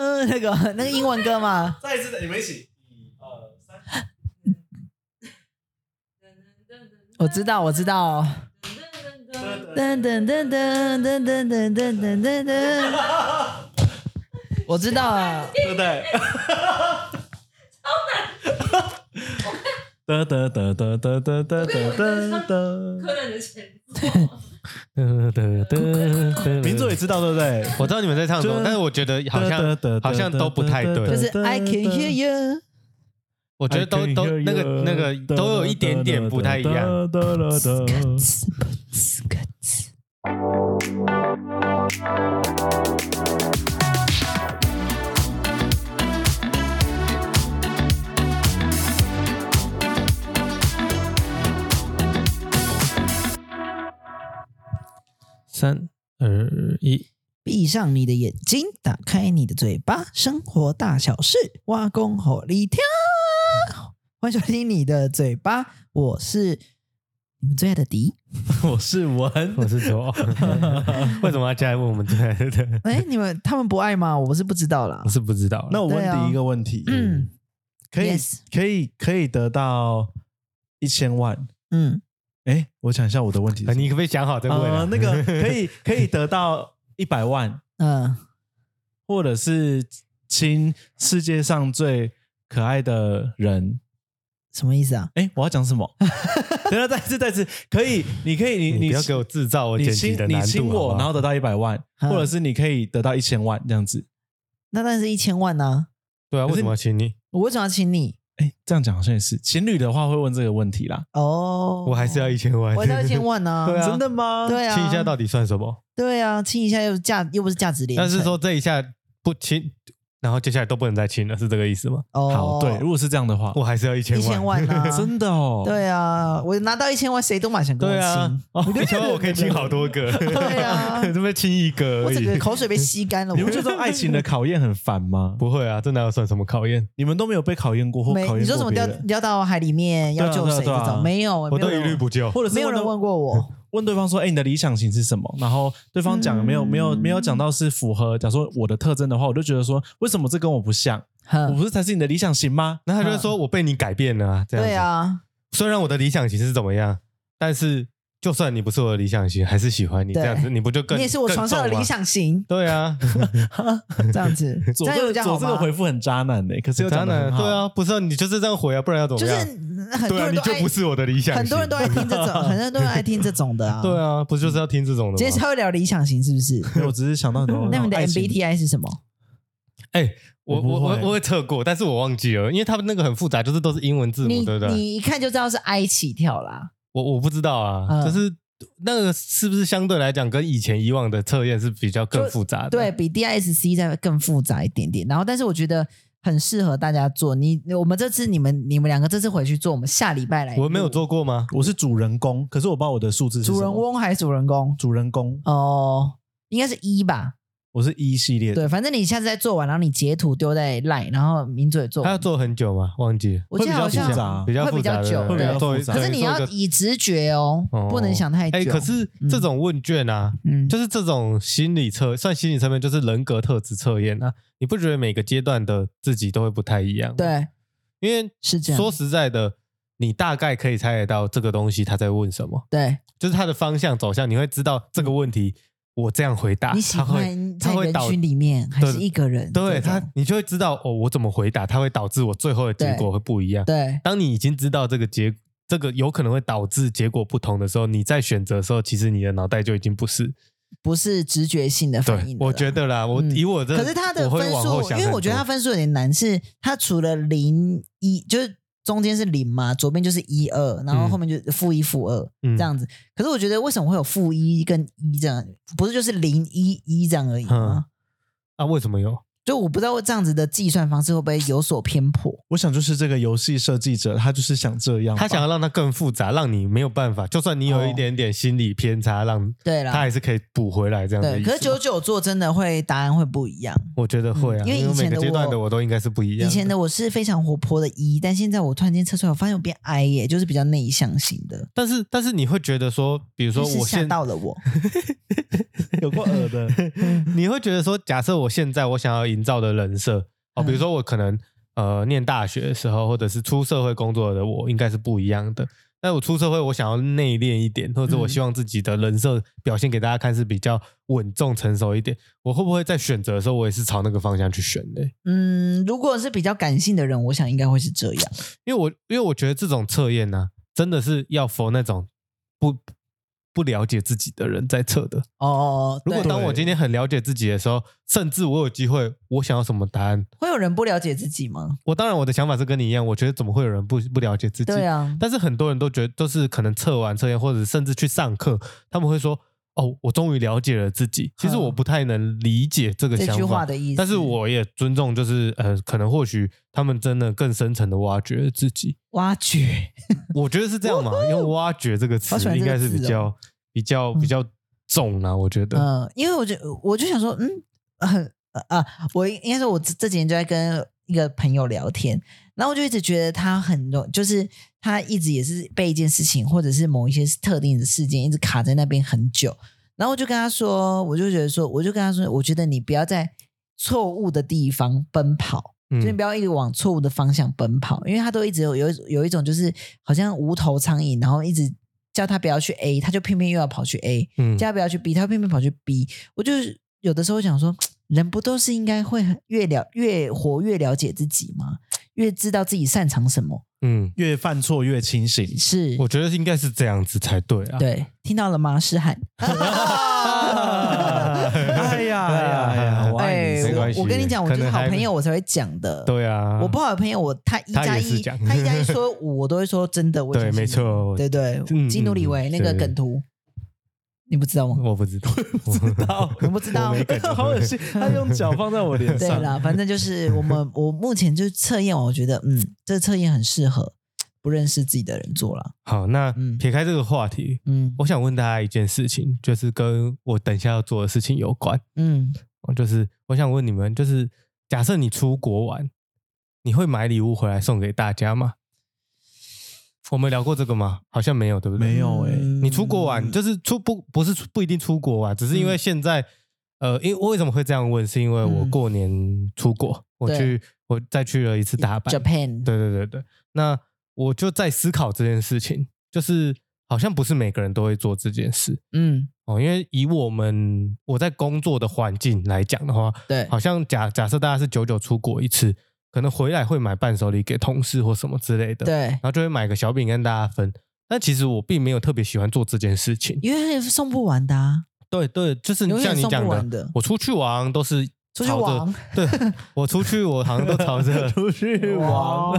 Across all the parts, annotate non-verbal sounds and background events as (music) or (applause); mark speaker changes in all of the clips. Speaker 1: 是嗯那个 (laughs) 那个英文歌嘛，
Speaker 2: 再一次，你们一起，一二三，
Speaker 1: 我知道，我知道。噔噔噔噔噔噔噔噔噔噔噔，我知道了。
Speaker 2: 对不对？
Speaker 1: (laughs)
Speaker 2: 超难。哒哒哒哒哒哒哒哒哒。
Speaker 3: 柯南的前奏，
Speaker 2: (laughs) 民族也知道对不对？
Speaker 4: 我知道你们在唱什么，但是我觉得好像好像都不太对
Speaker 1: 就是 I can hear you，
Speaker 4: 我觉得都
Speaker 2: 哎
Speaker 4: 都那个那个都有一点点不太一样。。
Speaker 2: 三二一，
Speaker 1: 闭上你的眼睛，打开你的嘴巴，生活大小事，挖工火力跳。欢迎收听你的嘴巴，我是你们最爱的迪。
Speaker 2: 我是文。
Speaker 4: 我
Speaker 2: (laughs)
Speaker 4: 是说，为什么要加来问我们对对对？
Speaker 1: 哎，你们他们不爱吗？我是不知道啦
Speaker 4: 我。是不知道。
Speaker 2: 那我
Speaker 1: 对
Speaker 2: 问
Speaker 1: 啊
Speaker 2: 第一个问题，
Speaker 1: 嗯
Speaker 2: 可以
Speaker 1: Yes
Speaker 2: 可以可以得到一千万？
Speaker 1: 嗯，
Speaker 2: 哎，我想一下我的问题是什么，
Speaker 4: 啊你可不可以想好再问
Speaker 2: 啊
Speaker 4: 啊？
Speaker 2: 那个可
Speaker 4: (laughs)
Speaker 2: 以可以得到一百万，
Speaker 1: 嗯，
Speaker 2: 或者是亲世界上最可爱的人。
Speaker 1: 什么意思啊？
Speaker 2: 哎，我要讲什么？等一下再一次再一次，可以，你可以，你
Speaker 4: 你不要给我制造我
Speaker 2: 你
Speaker 4: 剪
Speaker 2: 亲
Speaker 4: 辑的
Speaker 2: 你
Speaker 4: 难
Speaker 2: 亲
Speaker 4: 度
Speaker 2: 我，然后得到一百万，
Speaker 1: 嗯
Speaker 2: 或者是你可以得到一千万这样子。
Speaker 1: 那当然是一千万呢、
Speaker 4: 对啊，为什么要请你？
Speaker 1: 我为什么要请你？
Speaker 2: 哎，这样讲好像也是情侣的话会问这个问题啦。
Speaker 1: 哦，
Speaker 4: 我还是要一千万，
Speaker 1: 我还
Speaker 4: (laughs)
Speaker 1: 是要一千万呢、
Speaker 4: 对啊
Speaker 2: 真的吗？
Speaker 1: 对啊，
Speaker 4: (laughs) 亲一下到底算什么？
Speaker 1: 对啊，亲一下又价又不是价值连城，
Speaker 4: 但是说这一下不亲，然后接下来都不能再亲了，是这个意思吗？
Speaker 1: 哦，
Speaker 2: 好，对，如果是这样的话，，
Speaker 4: 我还是要一千
Speaker 1: 一
Speaker 4: 万，
Speaker 1: 千万啊
Speaker 2: (laughs) 真的哦，
Speaker 1: 对啊，我拿到一千万，谁都蛮想跟我
Speaker 4: 对啊
Speaker 1: 亲，，
Speaker 4: 哦一千万我可以亲好多个，
Speaker 1: 对啊
Speaker 4: (laughs) 这边亲一个
Speaker 1: 我
Speaker 4: 而
Speaker 1: 整个
Speaker 4: 已，
Speaker 1: 口水被吸干了。
Speaker 2: 你们
Speaker 1: 我
Speaker 2: 觉得爱
Speaker 1: (laughs)
Speaker 2: 情的考验很烦
Speaker 4: (laughs)
Speaker 2: 吗？
Speaker 4: 不会啊，这哪有算什么考验？
Speaker 2: 你们都没有被考验过或
Speaker 1: 没
Speaker 2: 考
Speaker 1: 你
Speaker 2: 验
Speaker 1: 说什么
Speaker 2: 过别
Speaker 1: 掉
Speaker 2: 人，
Speaker 1: 掉到海里面要
Speaker 2: 对啊
Speaker 1: 救
Speaker 2: 对啊
Speaker 1: 谁
Speaker 2: 对啊
Speaker 1: 这种？没有，
Speaker 4: 我
Speaker 1: 没有啊
Speaker 4: 都一
Speaker 1: 人
Speaker 4: 律不救。
Speaker 2: 或者是
Speaker 1: 没有人
Speaker 2: 到
Speaker 1: 问过我。
Speaker 2: 问对方说：“哎、你的理想型是什么？”然后对方讲没有、没有没有讲到是符合，假如说我的特征的话，我就觉得说，为什么这跟我不像？我
Speaker 1: 哼，
Speaker 2: 不是才是你的理想型吗？
Speaker 4: 然后他就会说：“我被你改变了啊，这样子
Speaker 1: 对，啊，
Speaker 4: 虽然我的理想型是怎么样，但是就算你不是我的理想型，还是喜欢你
Speaker 1: 对
Speaker 4: 这样子，你不就更
Speaker 1: 你也是我床上的理？想型
Speaker 4: 更，重吗对啊，
Speaker 1: 这样子，这
Speaker 2: 左
Speaker 1: 样有
Speaker 2: 这
Speaker 1: 比较
Speaker 2: 左
Speaker 1: 好
Speaker 2: 这个
Speaker 1: 吗？
Speaker 2: 回复很渣男呢、可是又
Speaker 4: 渣
Speaker 2: 讲的
Speaker 4: 男
Speaker 2: 很好。
Speaker 4: 对啊，不是啊，你就是这样回啊，不然要怎
Speaker 1: 就
Speaker 4: 么
Speaker 1: 是
Speaker 4: 样？
Speaker 1: 很多
Speaker 4: 对啊，
Speaker 1: 人
Speaker 4: 你
Speaker 1: 都
Speaker 4: 就
Speaker 1: 爱
Speaker 4: 不，是我的理想型，
Speaker 1: 很多人都爱听
Speaker 4: (laughs)
Speaker 1: 这种，很多人都爱听这种的啊。
Speaker 4: 对，啊，不就是要听这种
Speaker 1: 今
Speaker 4: 的
Speaker 1: 天
Speaker 4: 吗？
Speaker 1: 稍微聊理想型是不是？
Speaker 2: 没有我只是想到很
Speaker 4: 啊
Speaker 2: 多
Speaker 1: (laughs) 那你的
Speaker 2: 爱情
Speaker 1: MBTI 是什么？
Speaker 4: 哎，我
Speaker 2: 我不
Speaker 4: 我我
Speaker 2: 会
Speaker 4: 我会测过，但是我忘记了，因为他们那个很复杂，就是都是英文字母，
Speaker 1: 你
Speaker 4: 对不对？
Speaker 1: 你一看就知道是 I 起跳啦。
Speaker 4: 我我不知道啊，
Speaker 1: 嗯
Speaker 4: 就是那个是不是相对来讲跟以前以往的测验是比较更复杂的？
Speaker 1: 对比 DISC 再更复杂一点点。然后，但是我觉得很适合大家做。你我们这次你们你们两个这次回去做，我们下礼拜来。
Speaker 4: 我没有，做过吗？
Speaker 2: 我是主人公，可是我不知道我的数字是什么
Speaker 1: 主人，翁还是主人公？
Speaker 2: 主人公，
Speaker 1: 哦，应该是一吧。
Speaker 2: 我是一、系列的，
Speaker 1: 对，反正你下次再做完，然后你截图丢在 line，然后名嘴做
Speaker 4: 他要
Speaker 1: 完。
Speaker 4: 做很久吗？忘记了，
Speaker 1: 嗯我记得好像
Speaker 2: 会比较复杂
Speaker 4: 比较
Speaker 1: 会
Speaker 4: 复
Speaker 1: 比较
Speaker 4: 杂
Speaker 1: 久
Speaker 4: 的，
Speaker 1: 会比
Speaker 2: 较
Speaker 4: 做
Speaker 2: 复杂
Speaker 1: 可是
Speaker 4: 对
Speaker 1: 你
Speaker 4: 做一
Speaker 1: 要
Speaker 4: 个
Speaker 1: 以直觉哦，
Speaker 4: 哦
Speaker 1: 不能想太久。
Speaker 4: 哎，可是这种问卷啊，
Speaker 1: 嗯，
Speaker 4: 就是这种心理测，算心理层面就是人格特质测验啊。你不觉得每个阶段的自己都会不太一样？，
Speaker 1: 对，
Speaker 4: 因为
Speaker 1: 是这样
Speaker 4: 说实在的，你大概可以猜得到这个东西他在问什么，
Speaker 1: 对
Speaker 4: 就是他的方向走向，你会知道这个问题。我这样回答，
Speaker 1: 你喜
Speaker 4: 啊他会
Speaker 1: 欢
Speaker 4: 他
Speaker 1: 在
Speaker 4: 会
Speaker 1: 人
Speaker 4: 导
Speaker 1: 群里面还
Speaker 4: 对
Speaker 1: 是一个人？这
Speaker 4: 对
Speaker 1: 种
Speaker 4: 他，你就会知道哦，我怎么回答，它会导致我最后的结果会不一样。
Speaker 1: 对
Speaker 4: 当你已经知道这个结，这个有可能会导致结果不同的时候，你在选择的时候，其实你的脑袋就已经不是。
Speaker 1: 不是直觉性的反应的啦。
Speaker 4: 我觉得啦，我、
Speaker 1: 嗯
Speaker 4: 以我这，
Speaker 1: 可是他的
Speaker 4: 我会
Speaker 1: 分
Speaker 4: 往后
Speaker 1: 数，
Speaker 4: 想
Speaker 1: 因为
Speaker 4: 很
Speaker 1: 我觉得
Speaker 4: 多
Speaker 1: 他分数有点难，是他除了零一，就是中间是零嘛，左边就是一二，然后
Speaker 4: 嗯
Speaker 1: 后面就负一负二
Speaker 4: 嗯
Speaker 1: 这样子。可是我觉得为什么会有负一跟一这样，不是就是零一一这样而已吗？
Speaker 4: 啊，为什么有？
Speaker 1: 就我不知道这样子的计算方式会不会有所偏颇。
Speaker 2: 我想就是这个游戏设计者，他就是想这样吧，
Speaker 4: 他想要让它更复杂，让你没有办法，就算你有一点点心理偏差，让
Speaker 1: 哦对
Speaker 4: 他
Speaker 1: 啦，
Speaker 4: 还是可以补回来这样的
Speaker 1: 对，
Speaker 4: 意思。
Speaker 1: 可是九九做真的会答案会不一样。
Speaker 4: 我觉得会啊，
Speaker 1: 嗯因为
Speaker 4: 因
Speaker 1: 以前
Speaker 4: 每个
Speaker 1: 的
Speaker 4: 阶段
Speaker 1: 我
Speaker 4: 的我都应该是不一样
Speaker 1: 以前的我是非常活泼的一，但现在我突然间测出来，我发现我变 I 耶，就是比较内向型的。
Speaker 4: 但是但是你会觉得说，比如说
Speaker 1: 就是
Speaker 4: 我
Speaker 1: 吓
Speaker 4: 现
Speaker 1: 到了我，
Speaker 2: (laughs) 有过耳的，
Speaker 4: (laughs) 你会觉得说，假设我现在我想要营造的人设哦，
Speaker 1: 嗯
Speaker 4: 比如说我可能呃念大学的时候，或者是出社会工作的我，应该是不一样的。但我出社会，我想要内敛一点，或者
Speaker 1: 嗯
Speaker 4: 我希望自己的人设表现给大家看是比较稳重、成熟一点。我会不会在选择的时候，我也是朝那个方向去选的？欸
Speaker 1: 嗯，如果是比较感性的人，我想应该会是这样。
Speaker 4: 因为我因为我觉得这种测验呢、真的是要 for 那种不不了解自己的人在测的。
Speaker 1: 哦，
Speaker 4: 如果
Speaker 1: 对
Speaker 4: 当我今天很了解自己的时候，甚至我有机会，我想要什么答案，
Speaker 1: 会有人不了解自己吗？
Speaker 4: 我当然我的想法是跟你一样，我觉得怎么会有人不不了解自己？
Speaker 1: 对啊，
Speaker 4: 但是很多人都觉得，都是可能测完测验，或者甚至去上课，他们会说：“哦，我终于了解了自己。”其实
Speaker 1: 嗯
Speaker 4: 我不太能理解这个
Speaker 1: 这
Speaker 4: 想
Speaker 1: 句话
Speaker 4: 法，
Speaker 1: 的意思。
Speaker 4: 但是我也尊重，就是呃，可能或许他们真的更深层的挖掘了自己。
Speaker 1: 挖掘，
Speaker 4: 我觉得是这样嘛，用“挖掘”这个词
Speaker 1: 哦好喜欢这
Speaker 4: 应
Speaker 1: 个
Speaker 4: 该是比
Speaker 1: 字哦
Speaker 4: 较、比较比较重啊，我觉得。
Speaker 1: 嗯、因为我就我就想说，嗯，很呃啊，我应该说，我这这几天就在跟一个朋友聊天，然后我就一直觉得他很容，就是他一直也是被一件事情或者是某一些特定的事件一直卡在那边很久，然后我就跟他说，我就觉得说，我就跟他说，我觉得你不要在错误的地方奔跑。
Speaker 4: 嗯
Speaker 1: 就你不要一直往错误的方向奔跑，因为他都一直有有一有一种就是好像无头苍蝇，然后一直叫他不要去 A，他就偏偏又要跑去 A，
Speaker 4: 嗯
Speaker 1: 叫他不要去 B，他偏偏跑去 B。我就是有的时候想说，人不都是应该会很越了越活越了解自己吗？越知道自己擅长什么
Speaker 4: 嗯，
Speaker 2: 越犯错越清醒。
Speaker 1: 是
Speaker 4: 我觉得应该是这样子才对啊。
Speaker 1: 对，听到了吗？诗
Speaker 4: (laughs)
Speaker 1: 涵。
Speaker 2: 哎呀哎呀 (laughs) 哎呀，我爱
Speaker 1: 哎
Speaker 2: 你，
Speaker 4: 没关系
Speaker 1: 我我跟你讲，我
Speaker 4: 可
Speaker 1: 就
Speaker 4: 能
Speaker 1: 是好
Speaker 4: 还
Speaker 1: 朋友，我才会讲的。
Speaker 4: 对啊，
Speaker 1: 我不好的朋友，我他一
Speaker 4: 他
Speaker 1: 加
Speaker 4: 也是
Speaker 1: 一，
Speaker 4: 讲
Speaker 1: 他一加一说五，我都会说真的。我
Speaker 4: 对，
Speaker 1: 相信你，
Speaker 4: 没错，
Speaker 1: 对对
Speaker 4: 嗯，
Speaker 1: 基努里维
Speaker 4: 嗯
Speaker 1: 那个
Speaker 4: 对
Speaker 1: 梗图，你不知道吗？
Speaker 4: 我不知道，我不知道，
Speaker 1: 我不知道
Speaker 4: 哦我没 (laughs) 感觉
Speaker 2: 好恶心，他用脚放在我
Speaker 4: (laughs)
Speaker 2: 脸
Speaker 1: 对
Speaker 2: 上。
Speaker 1: 啦，反正就是我们，我目前就测验完，我觉得嗯，这测验很适合不认识自己的人做了。
Speaker 4: 好，那
Speaker 1: 嗯
Speaker 4: 撇开这个话题，
Speaker 1: 嗯
Speaker 4: 我想问大家一件事情，就是跟我等一下要做的事情有关。
Speaker 1: 嗯，
Speaker 4: 哦就是我想问你们，就是假设你出国玩，你会买礼物回来送给大家吗？我们聊过这个吗？好像没有，对不对？
Speaker 2: 没有哎
Speaker 1: 嗯
Speaker 4: 你出国玩就是出不不是出不一定出国玩，只是因为现在、呃，因为为什么会这样问，是因为我
Speaker 1: 嗯
Speaker 4: 过年出国，我
Speaker 1: 对
Speaker 4: 去我再去了一次大阪，
Speaker 1: Japan，
Speaker 4: 对对对对，那我就在思考这件事情，就是好像不是每个人都会做这件事
Speaker 1: 嗯，
Speaker 4: 哦，因为以我们我在工作的环境来讲的话，
Speaker 1: 对，
Speaker 4: 好像假假设大家是久久出国一次，可能回来会买伴手礼给同事或什么之类的，然
Speaker 1: 对，
Speaker 4: 后就会买个小饼跟大家分。但其实我并没有特别喜欢做这件事情，
Speaker 1: 因为送不完的啊，
Speaker 4: 对对，就是
Speaker 1: 永远
Speaker 4: 嗯像你
Speaker 1: 送不
Speaker 4: 讲
Speaker 1: 完的
Speaker 4: 我出去玩都是
Speaker 1: (laughs) 出去
Speaker 4: 朝着
Speaker 1: 玩，
Speaker 4: 对我出去我好像都朝着
Speaker 1: (laughs)
Speaker 2: 出去玩，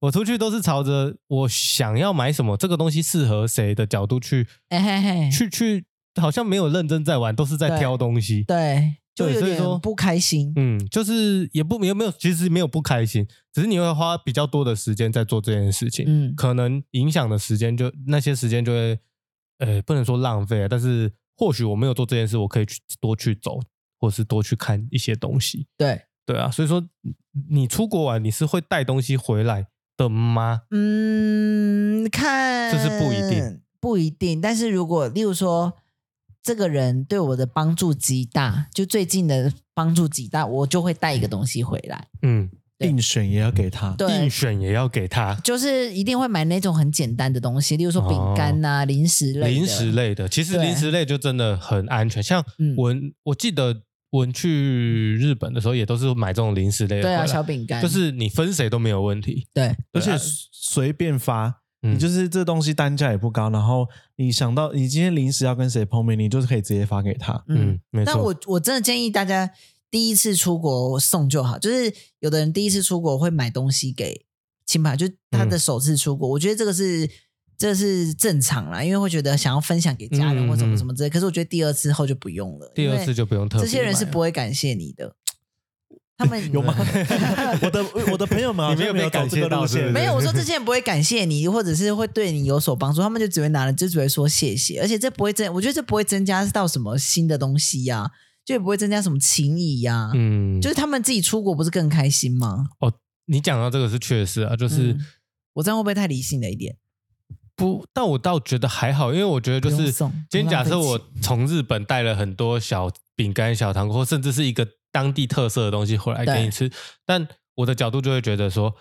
Speaker 4: 我出去都是朝着我想要买什么，这个东西适合谁的角度去
Speaker 1: 哎嘿嘿，
Speaker 4: 去去，好像没有认真在玩，都是在
Speaker 1: 对
Speaker 4: 挑东西。
Speaker 1: 对，就
Speaker 4: 对
Speaker 1: 有
Speaker 4: 所以说
Speaker 1: 点不开心。
Speaker 4: 嗯，就是也不也没有，其实没有不开心，只是你会花比较多的时间在做这件事情，
Speaker 1: 嗯
Speaker 4: 可能影响的时间就那些时间就会，呃，不能说浪费啊，但是或许我没有做这件事，我可以去多去走，或是多去看一些东西。
Speaker 1: 对，
Speaker 4: 对啊，所以说你你出国玩，你是会带东西回来的吗？
Speaker 1: 嗯，看
Speaker 4: 这是不一定，
Speaker 1: 不一定。但是如果例如说，这个人对我的帮助极大，就最近的帮助极大，我就会带一个东西回来。
Speaker 4: 嗯，
Speaker 1: 对
Speaker 2: 硬选也要给他。
Speaker 1: 对啊
Speaker 4: 硬，选也要给他
Speaker 1: 就是一定会买那种很简单的东西，例如说饼干呐、零食类的。
Speaker 4: 哦零食类的。其实
Speaker 1: 对
Speaker 4: 零食类就真的很安全，像
Speaker 1: 嗯
Speaker 4: 文，我记得文去日本的时候也都是买这种零食类的回
Speaker 1: 对
Speaker 4: 来，
Speaker 1: 啊，小饼干
Speaker 4: 就是你分谁都没有问题。
Speaker 1: 对
Speaker 2: 而且
Speaker 4: 对啊
Speaker 2: 随便发，
Speaker 4: 嗯
Speaker 2: 你就是这东西单价也不高，然后你想到你今天临时要跟谁碰面，你就是可以直接发给
Speaker 4: (laughs)
Speaker 2: 他。
Speaker 1: 嗯
Speaker 4: 嗯，没
Speaker 1: 但
Speaker 4: 错。
Speaker 1: 我我真的建议大家第一次出国送就好，就是有的人第一次出国会买东西给亲朋，就是他
Speaker 4: 嗯
Speaker 1: 的首次出国，我觉得这个是这是正常啦，因为会觉得想要分享给家人
Speaker 4: 嗯
Speaker 1: 或什
Speaker 4: 嗯嗯
Speaker 1: 么什么之类。可是我觉得第二次后就不用了，
Speaker 4: 第二次
Speaker 1: 因为
Speaker 4: 就不用特别
Speaker 1: 这些人是
Speaker 4: 买了
Speaker 1: 不会感谢你的，他
Speaker 4: (laughs)
Speaker 1: 们 (laughs)
Speaker 2: 有吗？我的我的朋友们好
Speaker 4: 你没
Speaker 2: 像没有走
Speaker 4: 有被感
Speaker 2: 这
Speaker 4: 谢
Speaker 2: 个
Speaker 4: 到
Speaker 2: 路
Speaker 4: 对
Speaker 2: 线，
Speaker 4: 不对
Speaker 1: 没有，我说这些人不会感谢你，或者是会对你有所帮助，他们就只会拿了，就只会说谢谢，而且这不会增，我觉得这不会增加到什么新的东西呀、就也不会增加什么情谊呀、
Speaker 4: 嗯，
Speaker 1: 就是他们自己出国不是更开心吗？嗯
Speaker 4: 哦，你讲到这个是确实啊，就是
Speaker 1: 嗯我这样会不会太理性了一点？
Speaker 4: 不，但我倒觉得还好，因为我觉得就
Speaker 1: 不用
Speaker 4: 是
Speaker 1: 送
Speaker 4: 今天
Speaker 1: 不
Speaker 4: 假
Speaker 1: 浪费
Speaker 4: 设我
Speaker 1: 钱
Speaker 4: 从日本带了很多小饼干、小糖果，或甚至是一个当地特色的东西回来给
Speaker 1: 对
Speaker 4: 你吃，但我的角度就会觉得说。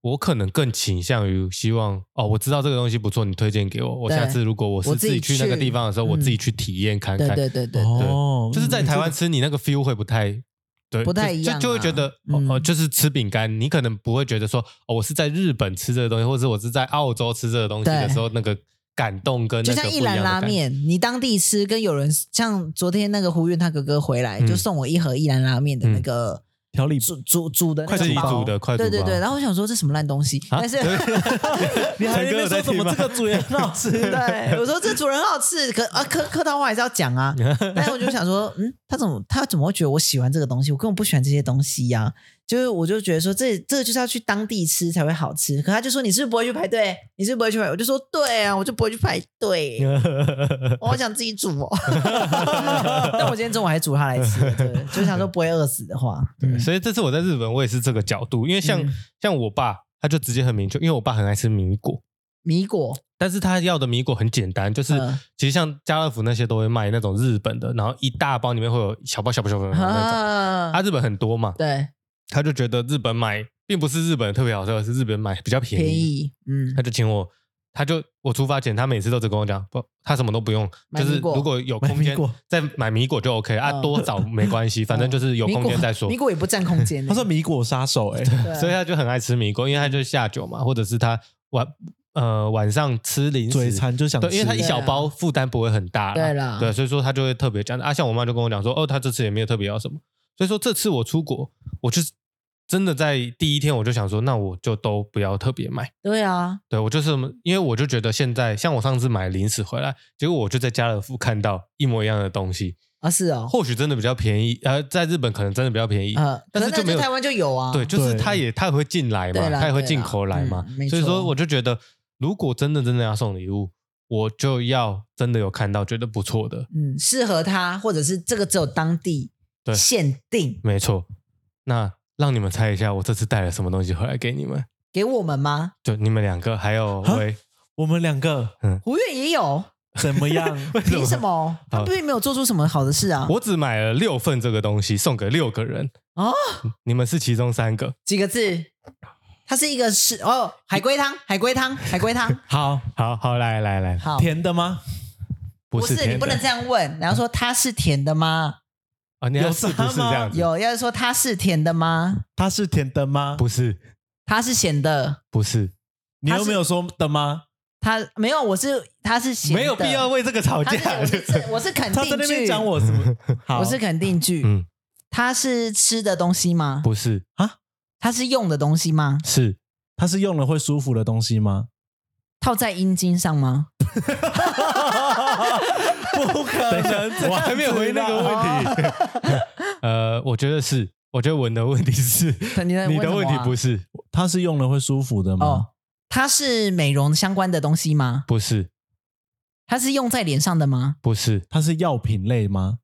Speaker 4: 我可能更倾向于希望哦，我知道这个东西不错，你推荐给我。我
Speaker 1: 对
Speaker 4: 下次如果我是
Speaker 1: 我
Speaker 4: 自
Speaker 1: 自
Speaker 4: 己
Speaker 1: 己
Speaker 4: 去那个
Speaker 1: 去
Speaker 4: 地方的时候，我
Speaker 1: 嗯
Speaker 4: 自己去体验看
Speaker 1: 对
Speaker 4: 看。
Speaker 1: 对对对对
Speaker 2: 哦，
Speaker 4: 就是在台湾
Speaker 2: 嗯
Speaker 4: 吃，你那个 feel 会不太对，
Speaker 1: 不太
Speaker 4: 就
Speaker 1: 一样啊
Speaker 4: 就就会觉得哦
Speaker 1: 嗯
Speaker 4: 哦，就是吃饼干，你可能不会觉得说哦，我是在日本吃这个东西，或者是我是在澳洲吃这个东西的
Speaker 1: 对
Speaker 4: 时候，那个感动跟
Speaker 1: 就
Speaker 4: 那个
Speaker 1: 像
Speaker 4: 不
Speaker 1: 一
Speaker 4: 一样
Speaker 1: 兰
Speaker 4: 的
Speaker 1: 拉
Speaker 4: 感觉，
Speaker 1: 面，你当地吃跟有人像昨天那个胡运他哥哥回来、
Speaker 4: 嗯
Speaker 1: 就送我一盒一兰拉面的那个
Speaker 2: 调理
Speaker 1: 煮煮煮的那
Speaker 2: 快
Speaker 1: 个
Speaker 2: 自己
Speaker 1: 包
Speaker 4: 煮的快煮
Speaker 1: 对对
Speaker 4: 包
Speaker 1: 对。然后我想说这什么烂东西，
Speaker 4: 啊
Speaker 1: 但是 (laughs)
Speaker 2: 你还
Speaker 4: 陈哥
Speaker 2: 在说
Speaker 4: 有在
Speaker 2: 什
Speaker 4: 听
Speaker 2: 么
Speaker 4: 吗？
Speaker 2: 这个主人很好
Speaker 4: (laughs)
Speaker 2: 吃？
Speaker 1: 对我说这主人很好吃，可啊客客套话还是要讲啊。但是我就想说，嗯，他怎么他怎么会觉得我喜欢这个东西？我根本不喜欢这些东西呀、就是我就觉得说这这就是要去当地吃才会好吃。可他就说你是不是不会去排队？你是不是不会去排队？我就说对啊，我就不会去排队。
Speaker 4: (laughs)
Speaker 1: 我好想自己煮哦， (laughs) 但我今天中午还煮它来吃，对，就想说不会饿死的话，嗯
Speaker 4: 所以这次我在日本，我也是这个角度，因为像、
Speaker 1: 嗯
Speaker 4: 像我爸，他就直接很明确，因为我爸很爱吃米果，
Speaker 1: 米果
Speaker 4: 但是他要的米果很简单，就是、
Speaker 1: 嗯
Speaker 4: 其实像家乐福那些都会卖那种日本的，然后一大包里面会有小包小包小包小包那种，
Speaker 1: 啊
Speaker 4: 啊，日本很多嘛，
Speaker 1: 对，
Speaker 4: 他就觉得日本买并不是日本特别好吃，而是日本买比较便宜。
Speaker 1: 便宜，嗯
Speaker 4: 他，就请我，他就我出发前，他每次都只跟我讲，不，他什么都不用，
Speaker 1: 买
Speaker 4: 就是
Speaker 1: 米果
Speaker 4: 如果有
Speaker 2: 买
Speaker 4: 空间
Speaker 2: 米果
Speaker 4: 再买米果就 OK 啊，
Speaker 1: 嗯
Speaker 4: 多找没关
Speaker 1: (laughs)
Speaker 4: 系，反正就是有
Speaker 1: 米
Speaker 4: 空
Speaker 1: 果
Speaker 4: 间再说
Speaker 1: 米。果也不占空
Speaker 4: (laughs)
Speaker 1: 间欸，
Speaker 2: 他说米果杀手，哎，
Speaker 1: 对，
Speaker 4: 所以他就很爱吃米果，因为他就下酒嘛，或者是他晚呃晚上吃零
Speaker 2: 嘴
Speaker 4: 食。
Speaker 2: 馋就想吃，
Speaker 4: 对，因为他一小包负担不会很大啦，
Speaker 1: 啊对啦
Speaker 4: 对，所以说他就会特别讲啊，像我妈就跟我讲说，哦，她这次也没有特别要什么，所以说这次我出国，我就是真的在第一天我就想说，那我就都不要特别买，
Speaker 1: 对啊，
Speaker 4: 对我就是因为我就觉得现在像我上次买零食回来，结果我就在家乐福看到一模一样的东西，
Speaker 1: 啊是哦，
Speaker 4: 或许真的比较便宜，呃，在日本可能真的比较便宜，
Speaker 1: 呃，
Speaker 4: 但是
Speaker 1: 可
Speaker 4: 就没有
Speaker 1: 在台湾就有啊，
Speaker 4: 对，就是
Speaker 2: 对
Speaker 4: 它也它也会进来嘛，
Speaker 1: 对啦
Speaker 4: 它也会
Speaker 1: 对啦
Speaker 4: 进口来嘛，
Speaker 1: 嗯没
Speaker 4: 所以说
Speaker 1: 错
Speaker 4: 我就觉得，如果真的真的要送礼物，我就要真的有看到觉得不错的，
Speaker 1: 嗯，适合他，或者是这个只有当地
Speaker 4: 对
Speaker 1: 限定，
Speaker 4: 没错。那让你们猜一下，我这次带了什么东西回来给你们？
Speaker 1: 给我们吗？
Speaker 4: 就你们两个，还有
Speaker 1: 啊
Speaker 2: 哈
Speaker 4: 喂，
Speaker 2: 我们两个
Speaker 1: 胡月也
Speaker 4: (laughs)
Speaker 1: 有，
Speaker 2: 怎么样？
Speaker 1: 凭什么？他并没有做出什么好的事啊，
Speaker 4: 呃我只买了六份这个东西，送给六个人
Speaker 1: 哦，
Speaker 4: 你们是其中三个。
Speaker 1: 几个字，它是一个是哦，海龟汤，海龟汤，海龟
Speaker 4: (laughs)
Speaker 1: 汤，
Speaker 2: 好，
Speaker 4: 好好来来来，
Speaker 1: 好，
Speaker 2: 甜的吗？
Speaker 4: 不是
Speaker 1: 你不能这
Speaker 4: 样
Speaker 1: 样问，然后说它是甜的吗？
Speaker 4: 啊！你要
Speaker 2: 有
Speaker 4: 是不
Speaker 2: 差
Speaker 4: 是这
Speaker 2: 吗
Speaker 4: 样子？
Speaker 1: 有，要是说它是甜的吗？
Speaker 2: 它是甜的吗？
Speaker 4: 不是
Speaker 1: 它是咸的，
Speaker 4: 不是，
Speaker 2: 你
Speaker 1: 它
Speaker 2: 又
Speaker 1: 是
Speaker 2: 没有说的吗？
Speaker 1: 它没有，我是它是咸的，
Speaker 4: 没有必要为这个吵
Speaker 1: 它
Speaker 4: 架
Speaker 1: 是。我是这我是肯
Speaker 2: 他在
Speaker 1: 定
Speaker 2: 那
Speaker 1: 句
Speaker 2: 边，讲我什么？好，
Speaker 1: 我是肯定句，
Speaker 4: 嗯，
Speaker 1: 它是吃的东西吗？
Speaker 4: 不是
Speaker 1: 它是用的东西吗？
Speaker 4: 是
Speaker 2: 他是用了会舒服的东西吗？
Speaker 1: 套在阴茎上吗？
Speaker 2: (laughs) 不可能，
Speaker 4: 我还没有回那个问题。 (laughs) 呃，我觉得是，我觉得文的问题是，
Speaker 1: 哦 (laughs) 你在问什么啊
Speaker 4: 你的问题不是
Speaker 2: 他是用了会舒服的吗
Speaker 1: 哦？，它是美容相关的东西吗？
Speaker 4: 不是
Speaker 1: 它是用在脸上的吗？
Speaker 4: 不是，
Speaker 2: 它是药品类吗？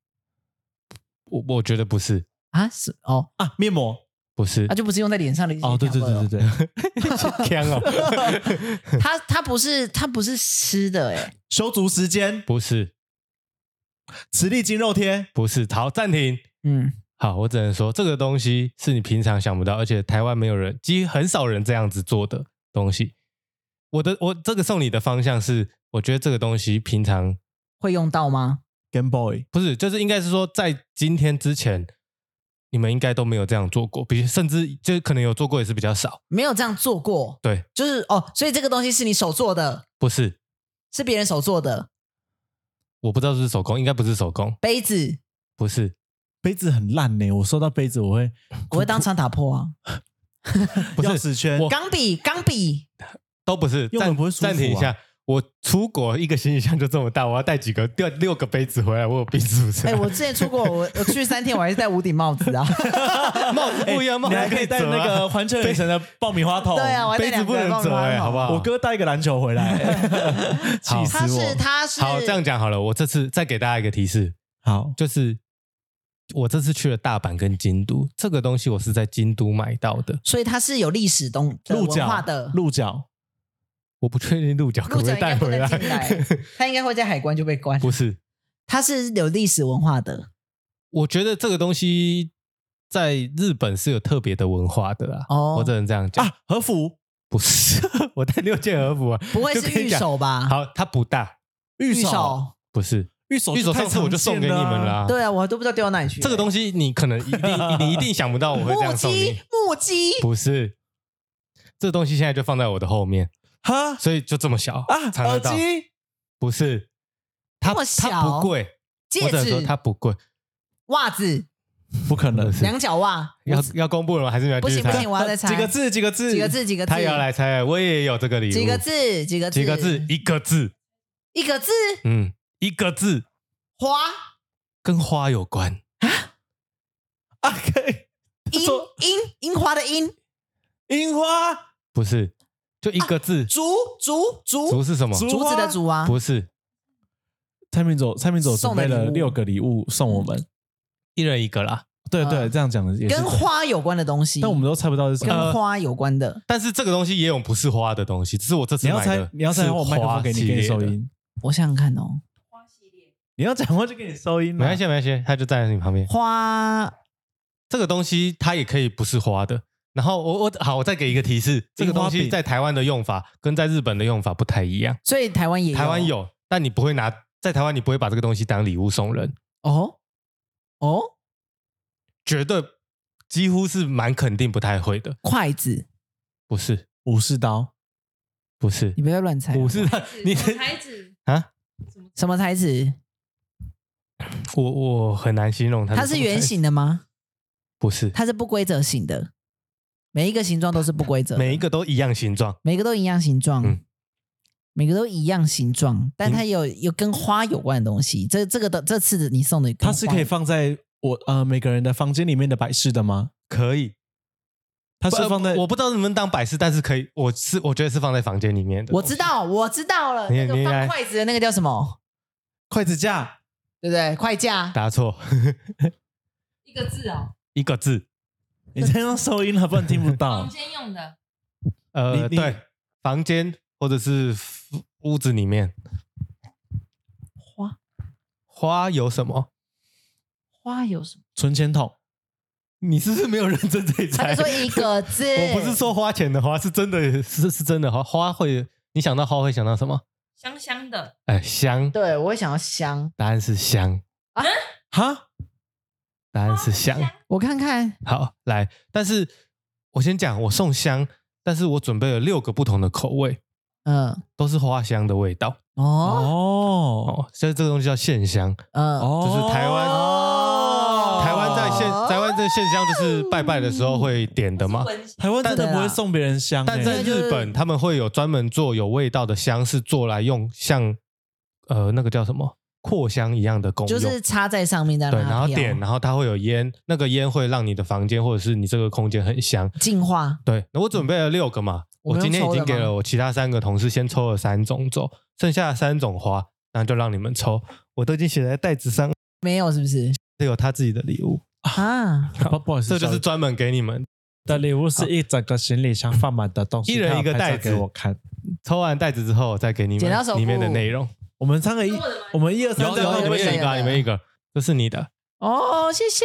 Speaker 4: 我我觉得不是
Speaker 1: 啊，是哦，
Speaker 2: 啊，面膜。
Speaker 4: 不是
Speaker 1: 它、就不是用在脸上的。
Speaker 2: 哦，对对对对对，
Speaker 4: (laughs) 天
Speaker 1: (laughs)
Speaker 4: 哦，
Speaker 1: 对，它它不是它不是吃的哎、
Speaker 2: (laughs) 修足时间，
Speaker 4: 不是
Speaker 2: 磁力筋肉贴，
Speaker 4: 不是，好，暂停。
Speaker 1: 嗯，
Speaker 4: 好，我只能说这个东西是你平常想不到，而且台湾没有人，几乎很少人这样子做的东西。我的我这个送你的方向是，我觉得这个东西平常
Speaker 1: 会用到吗？
Speaker 2: Game Boy，
Speaker 4: 不是，就是应该是说在今天之前，你们应该都没有这样做过，比甚至就可能有做过也是比较少。
Speaker 1: 没有这样做过，
Speaker 4: 对，
Speaker 1: 就是哦，所以这个东西是你手做的，
Speaker 4: 不是，
Speaker 1: 是别人手做的
Speaker 4: 我不知道是不是手工，应该不是手工，
Speaker 1: 杯子，
Speaker 4: 不是，
Speaker 2: 杯子很烂呢，我收到杯子我会
Speaker 1: 我会当场打破啊。
Speaker 4: 不
Speaker 2: 钥
Speaker 4: 是，
Speaker 2: 匙圈 (laughs)
Speaker 4: 我
Speaker 1: 钢笔，钢
Speaker 4: (laughs)
Speaker 1: 笔，
Speaker 4: 都不是。
Speaker 2: 用了
Speaker 4: 暂
Speaker 2: 不会舒服啊
Speaker 4: 暂停一下，我出国一个行李箱就这么大，我要带几个六六个杯子回来，我有病是不是？
Speaker 1: 哎、
Speaker 4: (laughs)
Speaker 1: 我之前出国，我我去三天，我还是戴五顶帽子啊。
Speaker 4: 帽子不一样，帽
Speaker 2: 哎你
Speaker 4: 子
Speaker 2: 还可以带那 (laughs) 个
Speaker 1: (laughs)
Speaker 2: 环球影城的爆米花筒，
Speaker 1: 对啊，我还戴
Speaker 4: 哦杯子
Speaker 1: 两
Speaker 4: 不
Speaker 1: 个
Speaker 4: 能
Speaker 1: 棒
Speaker 4: 折
Speaker 1: 棒
Speaker 4: 哎、
Speaker 1: 糖
Speaker 4: 好不好？
Speaker 2: 我哥带一个篮球回来， (laughs) 气
Speaker 1: 它
Speaker 2: 死
Speaker 1: 是
Speaker 2: 我！
Speaker 1: 它是
Speaker 4: 好这样讲好了，我这次再给大家一个提示，
Speaker 2: 好，
Speaker 4: 就是我这次去了大阪跟京都，这个东西我是在京都买到的，
Speaker 1: 所以它是有历史东的
Speaker 2: 鹿
Speaker 1: 文
Speaker 2: 角
Speaker 1: 化的
Speaker 2: 鹿角
Speaker 4: 我不确定鹿角可
Speaker 1: 鹿
Speaker 4: 不
Speaker 1: 角
Speaker 4: 可
Speaker 1: 应
Speaker 4: 以
Speaker 1: 该
Speaker 4: 带
Speaker 1: 不
Speaker 4: 回
Speaker 1: 能进
Speaker 4: 来。
Speaker 1: 来，
Speaker 4: (laughs)
Speaker 1: 它应该会在海关就被关。
Speaker 4: 不是，
Speaker 1: 它是有历史文化的
Speaker 4: 我觉得这个东西在日本是有特别的文化的啦。
Speaker 1: 哦
Speaker 4: 我只能这样讲。
Speaker 2: 啊，和服
Speaker 4: 不是， (laughs) 我带六件和服啊，
Speaker 1: 不会
Speaker 4: 就是跟你
Speaker 1: 御
Speaker 4: 讲
Speaker 1: 守吧
Speaker 4: 好，啊它不大，
Speaker 1: 御
Speaker 2: 手，
Speaker 4: 不是
Speaker 2: 御手，
Speaker 4: 玉手上次我就送给你们了、。
Speaker 1: 对啊，我都不知道丢到哪里去。
Speaker 4: 这个东
Speaker 1: 西
Speaker 4: 西你可能一
Speaker 1: (laughs)
Speaker 4: 定你一定想不到我会这
Speaker 1: 木
Speaker 4: 样送
Speaker 1: 屐
Speaker 4: 你，，
Speaker 1: 木屐
Speaker 4: (laughs) 不是。这东西现在就放在我的后面，
Speaker 2: 哈
Speaker 4: 所以就这么小
Speaker 2: 啊，
Speaker 4: 藏得
Speaker 2: 耳
Speaker 4: 到
Speaker 2: 机
Speaker 4: 不是，它
Speaker 1: 这么小
Speaker 4: 它不贵，
Speaker 1: 戒
Speaker 4: 我只能说
Speaker 1: 指、
Speaker 4: 它不贵，
Speaker 1: 袜子、
Speaker 2: 不可能
Speaker 4: 不，是
Speaker 1: 两脚袜，
Speaker 4: 要要公布了吗？还是你要
Speaker 1: 不
Speaker 4: 继续
Speaker 1: 行不
Speaker 4: 猜？
Speaker 1: 行，我要再猜
Speaker 2: 几个，字，几个字，
Speaker 1: 几个，字，几个字，
Speaker 4: 他也要来猜，我也有这个礼物。
Speaker 1: 几个？字，几个字，
Speaker 4: 几个字？，一个字。
Speaker 1: 一个字，
Speaker 4: 嗯，一个字，
Speaker 1: 花
Speaker 4: 跟花有关。
Speaker 2: 啊，可以，
Speaker 1: 樱
Speaker 2: 说
Speaker 1: 樱樱花的樱，
Speaker 2: 樱花，
Speaker 4: 不是，就一个字。
Speaker 1: 竹竹
Speaker 4: 竹
Speaker 1: 啊竹
Speaker 4: 是什么？
Speaker 2: 竹
Speaker 1: 竹子的竹啊，
Speaker 4: 不是，
Speaker 2: 蔡明走，蔡明走准
Speaker 1: 送的
Speaker 2: 备了
Speaker 1: 礼物
Speaker 2: 六个礼物送我们，
Speaker 4: 一人一个啦。
Speaker 2: 对对，
Speaker 1: 嗯
Speaker 2: 这样讲的也是
Speaker 1: 跟
Speaker 2: 对，
Speaker 1: 花有关的东西，
Speaker 2: 但我们呃都猜不到是什么。
Speaker 1: 跟花有关的，
Speaker 4: 但是这个东西也有不是花的东西，只是我这次
Speaker 2: 你要
Speaker 4: 买的
Speaker 2: 猜，你要猜，
Speaker 4: 是
Speaker 2: 然后我麦克
Speaker 4: 花
Speaker 2: 风给你，
Speaker 4: 系
Speaker 2: 给
Speaker 4: 列
Speaker 2: 你收
Speaker 4: 的。
Speaker 2: 音。
Speaker 1: 我想想看哦，
Speaker 2: 你要讲话就给你收音嘛，啊
Speaker 4: 没关系，没关系，他就站在你旁边。
Speaker 1: 花
Speaker 4: 这个东西它也可以不是花的。然后我我好，我再给一个提示，这个东
Speaker 2: 樱花
Speaker 4: 西
Speaker 2: 饼
Speaker 4: 在台湾的用法跟在日本的用法不太一样。
Speaker 1: 所以台湾也
Speaker 4: 台湾有，但你不会拿在台湾，你不会把这个东西当礼物送人。
Speaker 1: 哦哦，
Speaker 4: 绝对几乎是蛮肯定不太会的，
Speaker 1: 筷子，
Speaker 4: 不是
Speaker 2: 武士刀，
Speaker 4: 不是
Speaker 1: 你不要乱猜，哦
Speaker 4: 不是你
Speaker 3: 什么牌子
Speaker 4: 啊，
Speaker 1: 什么材质？
Speaker 4: 我我很难形容它
Speaker 1: 它是
Speaker 4: 什么
Speaker 1: 圆
Speaker 4: 材质，
Speaker 1: 形的吗？
Speaker 4: 不是
Speaker 1: 它是不规则形的，每一个形状都是不规则的，
Speaker 4: 每一个都一样形状，
Speaker 1: 每个都一样形状，
Speaker 4: 嗯
Speaker 1: 每个都一样形状，但它有有跟花有关的东西。这这个的这次的你送的跟花，
Speaker 2: 它是可以放在我呃每个人的房间里面的摆饰的吗？
Speaker 4: 可以。
Speaker 2: 它是
Speaker 4: 不呃
Speaker 2: 放在
Speaker 4: 我不知道能不能当摆饰，但是可以，我是我觉得是放在房间里面的。
Speaker 1: 我知，道，我知道了，
Speaker 4: 你
Speaker 1: 那个
Speaker 4: 你
Speaker 1: 放
Speaker 4: 来
Speaker 1: 筷子的那个叫什么？
Speaker 2: 筷子架，
Speaker 1: 对不对？筷架，
Speaker 4: 答错 (laughs)
Speaker 3: 一个字哦，
Speaker 4: 一个字，
Speaker 2: 你这样收音了，不然听不
Speaker 4: 啊
Speaker 2: 到
Speaker 1: (laughs)
Speaker 3: 房。间用的
Speaker 4: 呃，
Speaker 2: 你你
Speaker 4: 对，房间或者是屋子里面
Speaker 1: 花
Speaker 4: 花有什么？
Speaker 1: 花有什么？
Speaker 2: 存钱筒，
Speaker 4: 你是不是没有认真在
Speaker 1: 他
Speaker 4: 猜？，
Speaker 1: 就说一个字 (laughs)
Speaker 4: 我不是说花钱的花，是真的，是是真的花。花会，你想到花会想到什么？
Speaker 3: 香香的，
Speaker 4: 哎，香。
Speaker 1: 对，我会想要香，
Speaker 4: 答案是香，
Speaker 2: 哈，
Speaker 4: 答案是香。
Speaker 1: 我看看
Speaker 4: 好，来，但是我先讲，我送香，但是我准备了六个不同的口味，
Speaker 1: 嗯，
Speaker 4: 都是花香的味道
Speaker 1: 哦，
Speaker 2: 哦
Speaker 4: 哦。所以这个东西叫线香，
Speaker 1: 嗯，
Speaker 2: 哦，
Speaker 4: 就是台湾
Speaker 1: 哦
Speaker 4: 台湾在线，台湾这线香就是拜拜的时候会点的嘛。
Speaker 3: 闻
Speaker 2: 台湾真的不会送别人香欸，
Speaker 4: 但在日本，他们会有专门做有味道的香，是做来用像呃那个叫什么扩香一样的功用，
Speaker 1: 就是插在上面，让
Speaker 4: 对，
Speaker 1: 它
Speaker 4: 然后
Speaker 1: 飘
Speaker 4: 点，然后它会有烟，那个烟会让你的房间或者是你这个空间很香。
Speaker 1: 净化，
Speaker 4: 对，那我准备了六个嘛，
Speaker 1: 我
Speaker 4: 我
Speaker 1: 们
Speaker 4: 今天
Speaker 1: 用
Speaker 4: 已
Speaker 1: 抽的
Speaker 4: 经给
Speaker 1: 吗
Speaker 4: 了我其他三个同事先抽了三种走，剩下的三种花，那就让你们抽，我都已经写在袋子上，
Speaker 1: 没有是不是
Speaker 4: 这有他自己的礼物，
Speaker 1: 啊？
Speaker 2: (laughs) 不不好意思，
Speaker 4: 这就是
Speaker 2: 小
Speaker 4: 专门给你们。
Speaker 2: 的礼物是一整个行李箱放满的东西，
Speaker 4: 一人
Speaker 2: 他有
Speaker 4: 一个
Speaker 2: 拍照
Speaker 4: 袋子
Speaker 2: 给我看。
Speaker 4: 抽完袋子之后再给你
Speaker 1: 剪刀手
Speaker 4: 们
Speaker 1: 布
Speaker 4: 里面的内容，
Speaker 2: 我们三个一
Speaker 3: 跟我的吗，
Speaker 4: 哎
Speaker 2: 我们一二三
Speaker 4: 有
Speaker 2: 再
Speaker 4: 有
Speaker 2: 换
Speaker 4: 你
Speaker 1: 有
Speaker 4: 们有一个啊，
Speaker 1: 有
Speaker 4: 你们有一个，这是你的，
Speaker 1: 哦，谢谢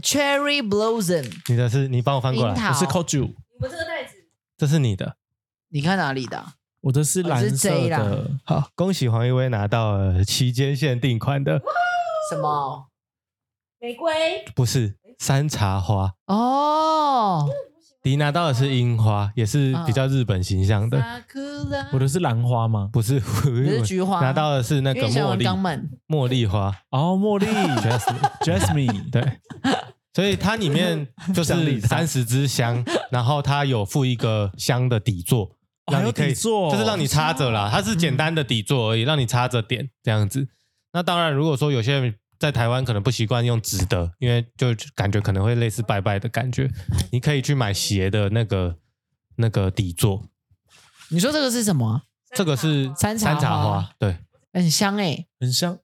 Speaker 1: Cherry Blossom
Speaker 4: 你的是你帮我翻过
Speaker 1: 樱
Speaker 4: 来，
Speaker 1: 桃，
Speaker 2: 我是 Koju，
Speaker 3: 你们这个袋子
Speaker 4: 这是你的。
Speaker 1: 你看哪里的啊？
Speaker 2: 我的是蓝
Speaker 1: 我
Speaker 2: 色
Speaker 1: 是 J 啦
Speaker 2: 的，
Speaker 4: 好，恭喜黄一威拿到了期间限定款的，
Speaker 1: 什么？
Speaker 3: 玫瑰，
Speaker 4: 不是山茶花，
Speaker 1: 哦，
Speaker 4: 迪拿到的是樱花，也是比较日本形象的。
Speaker 2: 我的是兰花吗？
Speaker 4: 不是，不
Speaker 1: 嗯是菊花
Speaker 4: 拿到的是那
Speaker 1: 那
Speaker 4: 个茉莉，
Speaker 1: 肛门
Speaker 4: 茉莉花，
Speaker 2: 哦，
Speaker 4: (laughs)
Speaker 2: 茉莉，Jasmine，Jasmine，
Speaker 4: 对。所以它里面就
Speaker 2: 想理
Speaker 4: 是
Speaker 2: 他
Speaker 4: 三十支香，然后它有附一个香的底座，
Speaker 2: 哦还
Speaker 4: 让
Speaker 2: 有
Speaker 4: 你可以
Speaker 2: 底座哦
Speaker 4: 就是让你插着啦。它是简单的底座而已，让你插着点这样子。那当然，如果说有些人在台湾可能不习惯用直的，因为就感觉可能会类似拜拜的感觉，你可以去买斜的那个那个底座，
Speaker 1: 你说这个是什么啊？
Speaker 4: 这个是
Speaker 1: 山茶花
Speaker 4: 山茶花，对，
Speaker 1: 很香哎、
Speaker 2: 很香，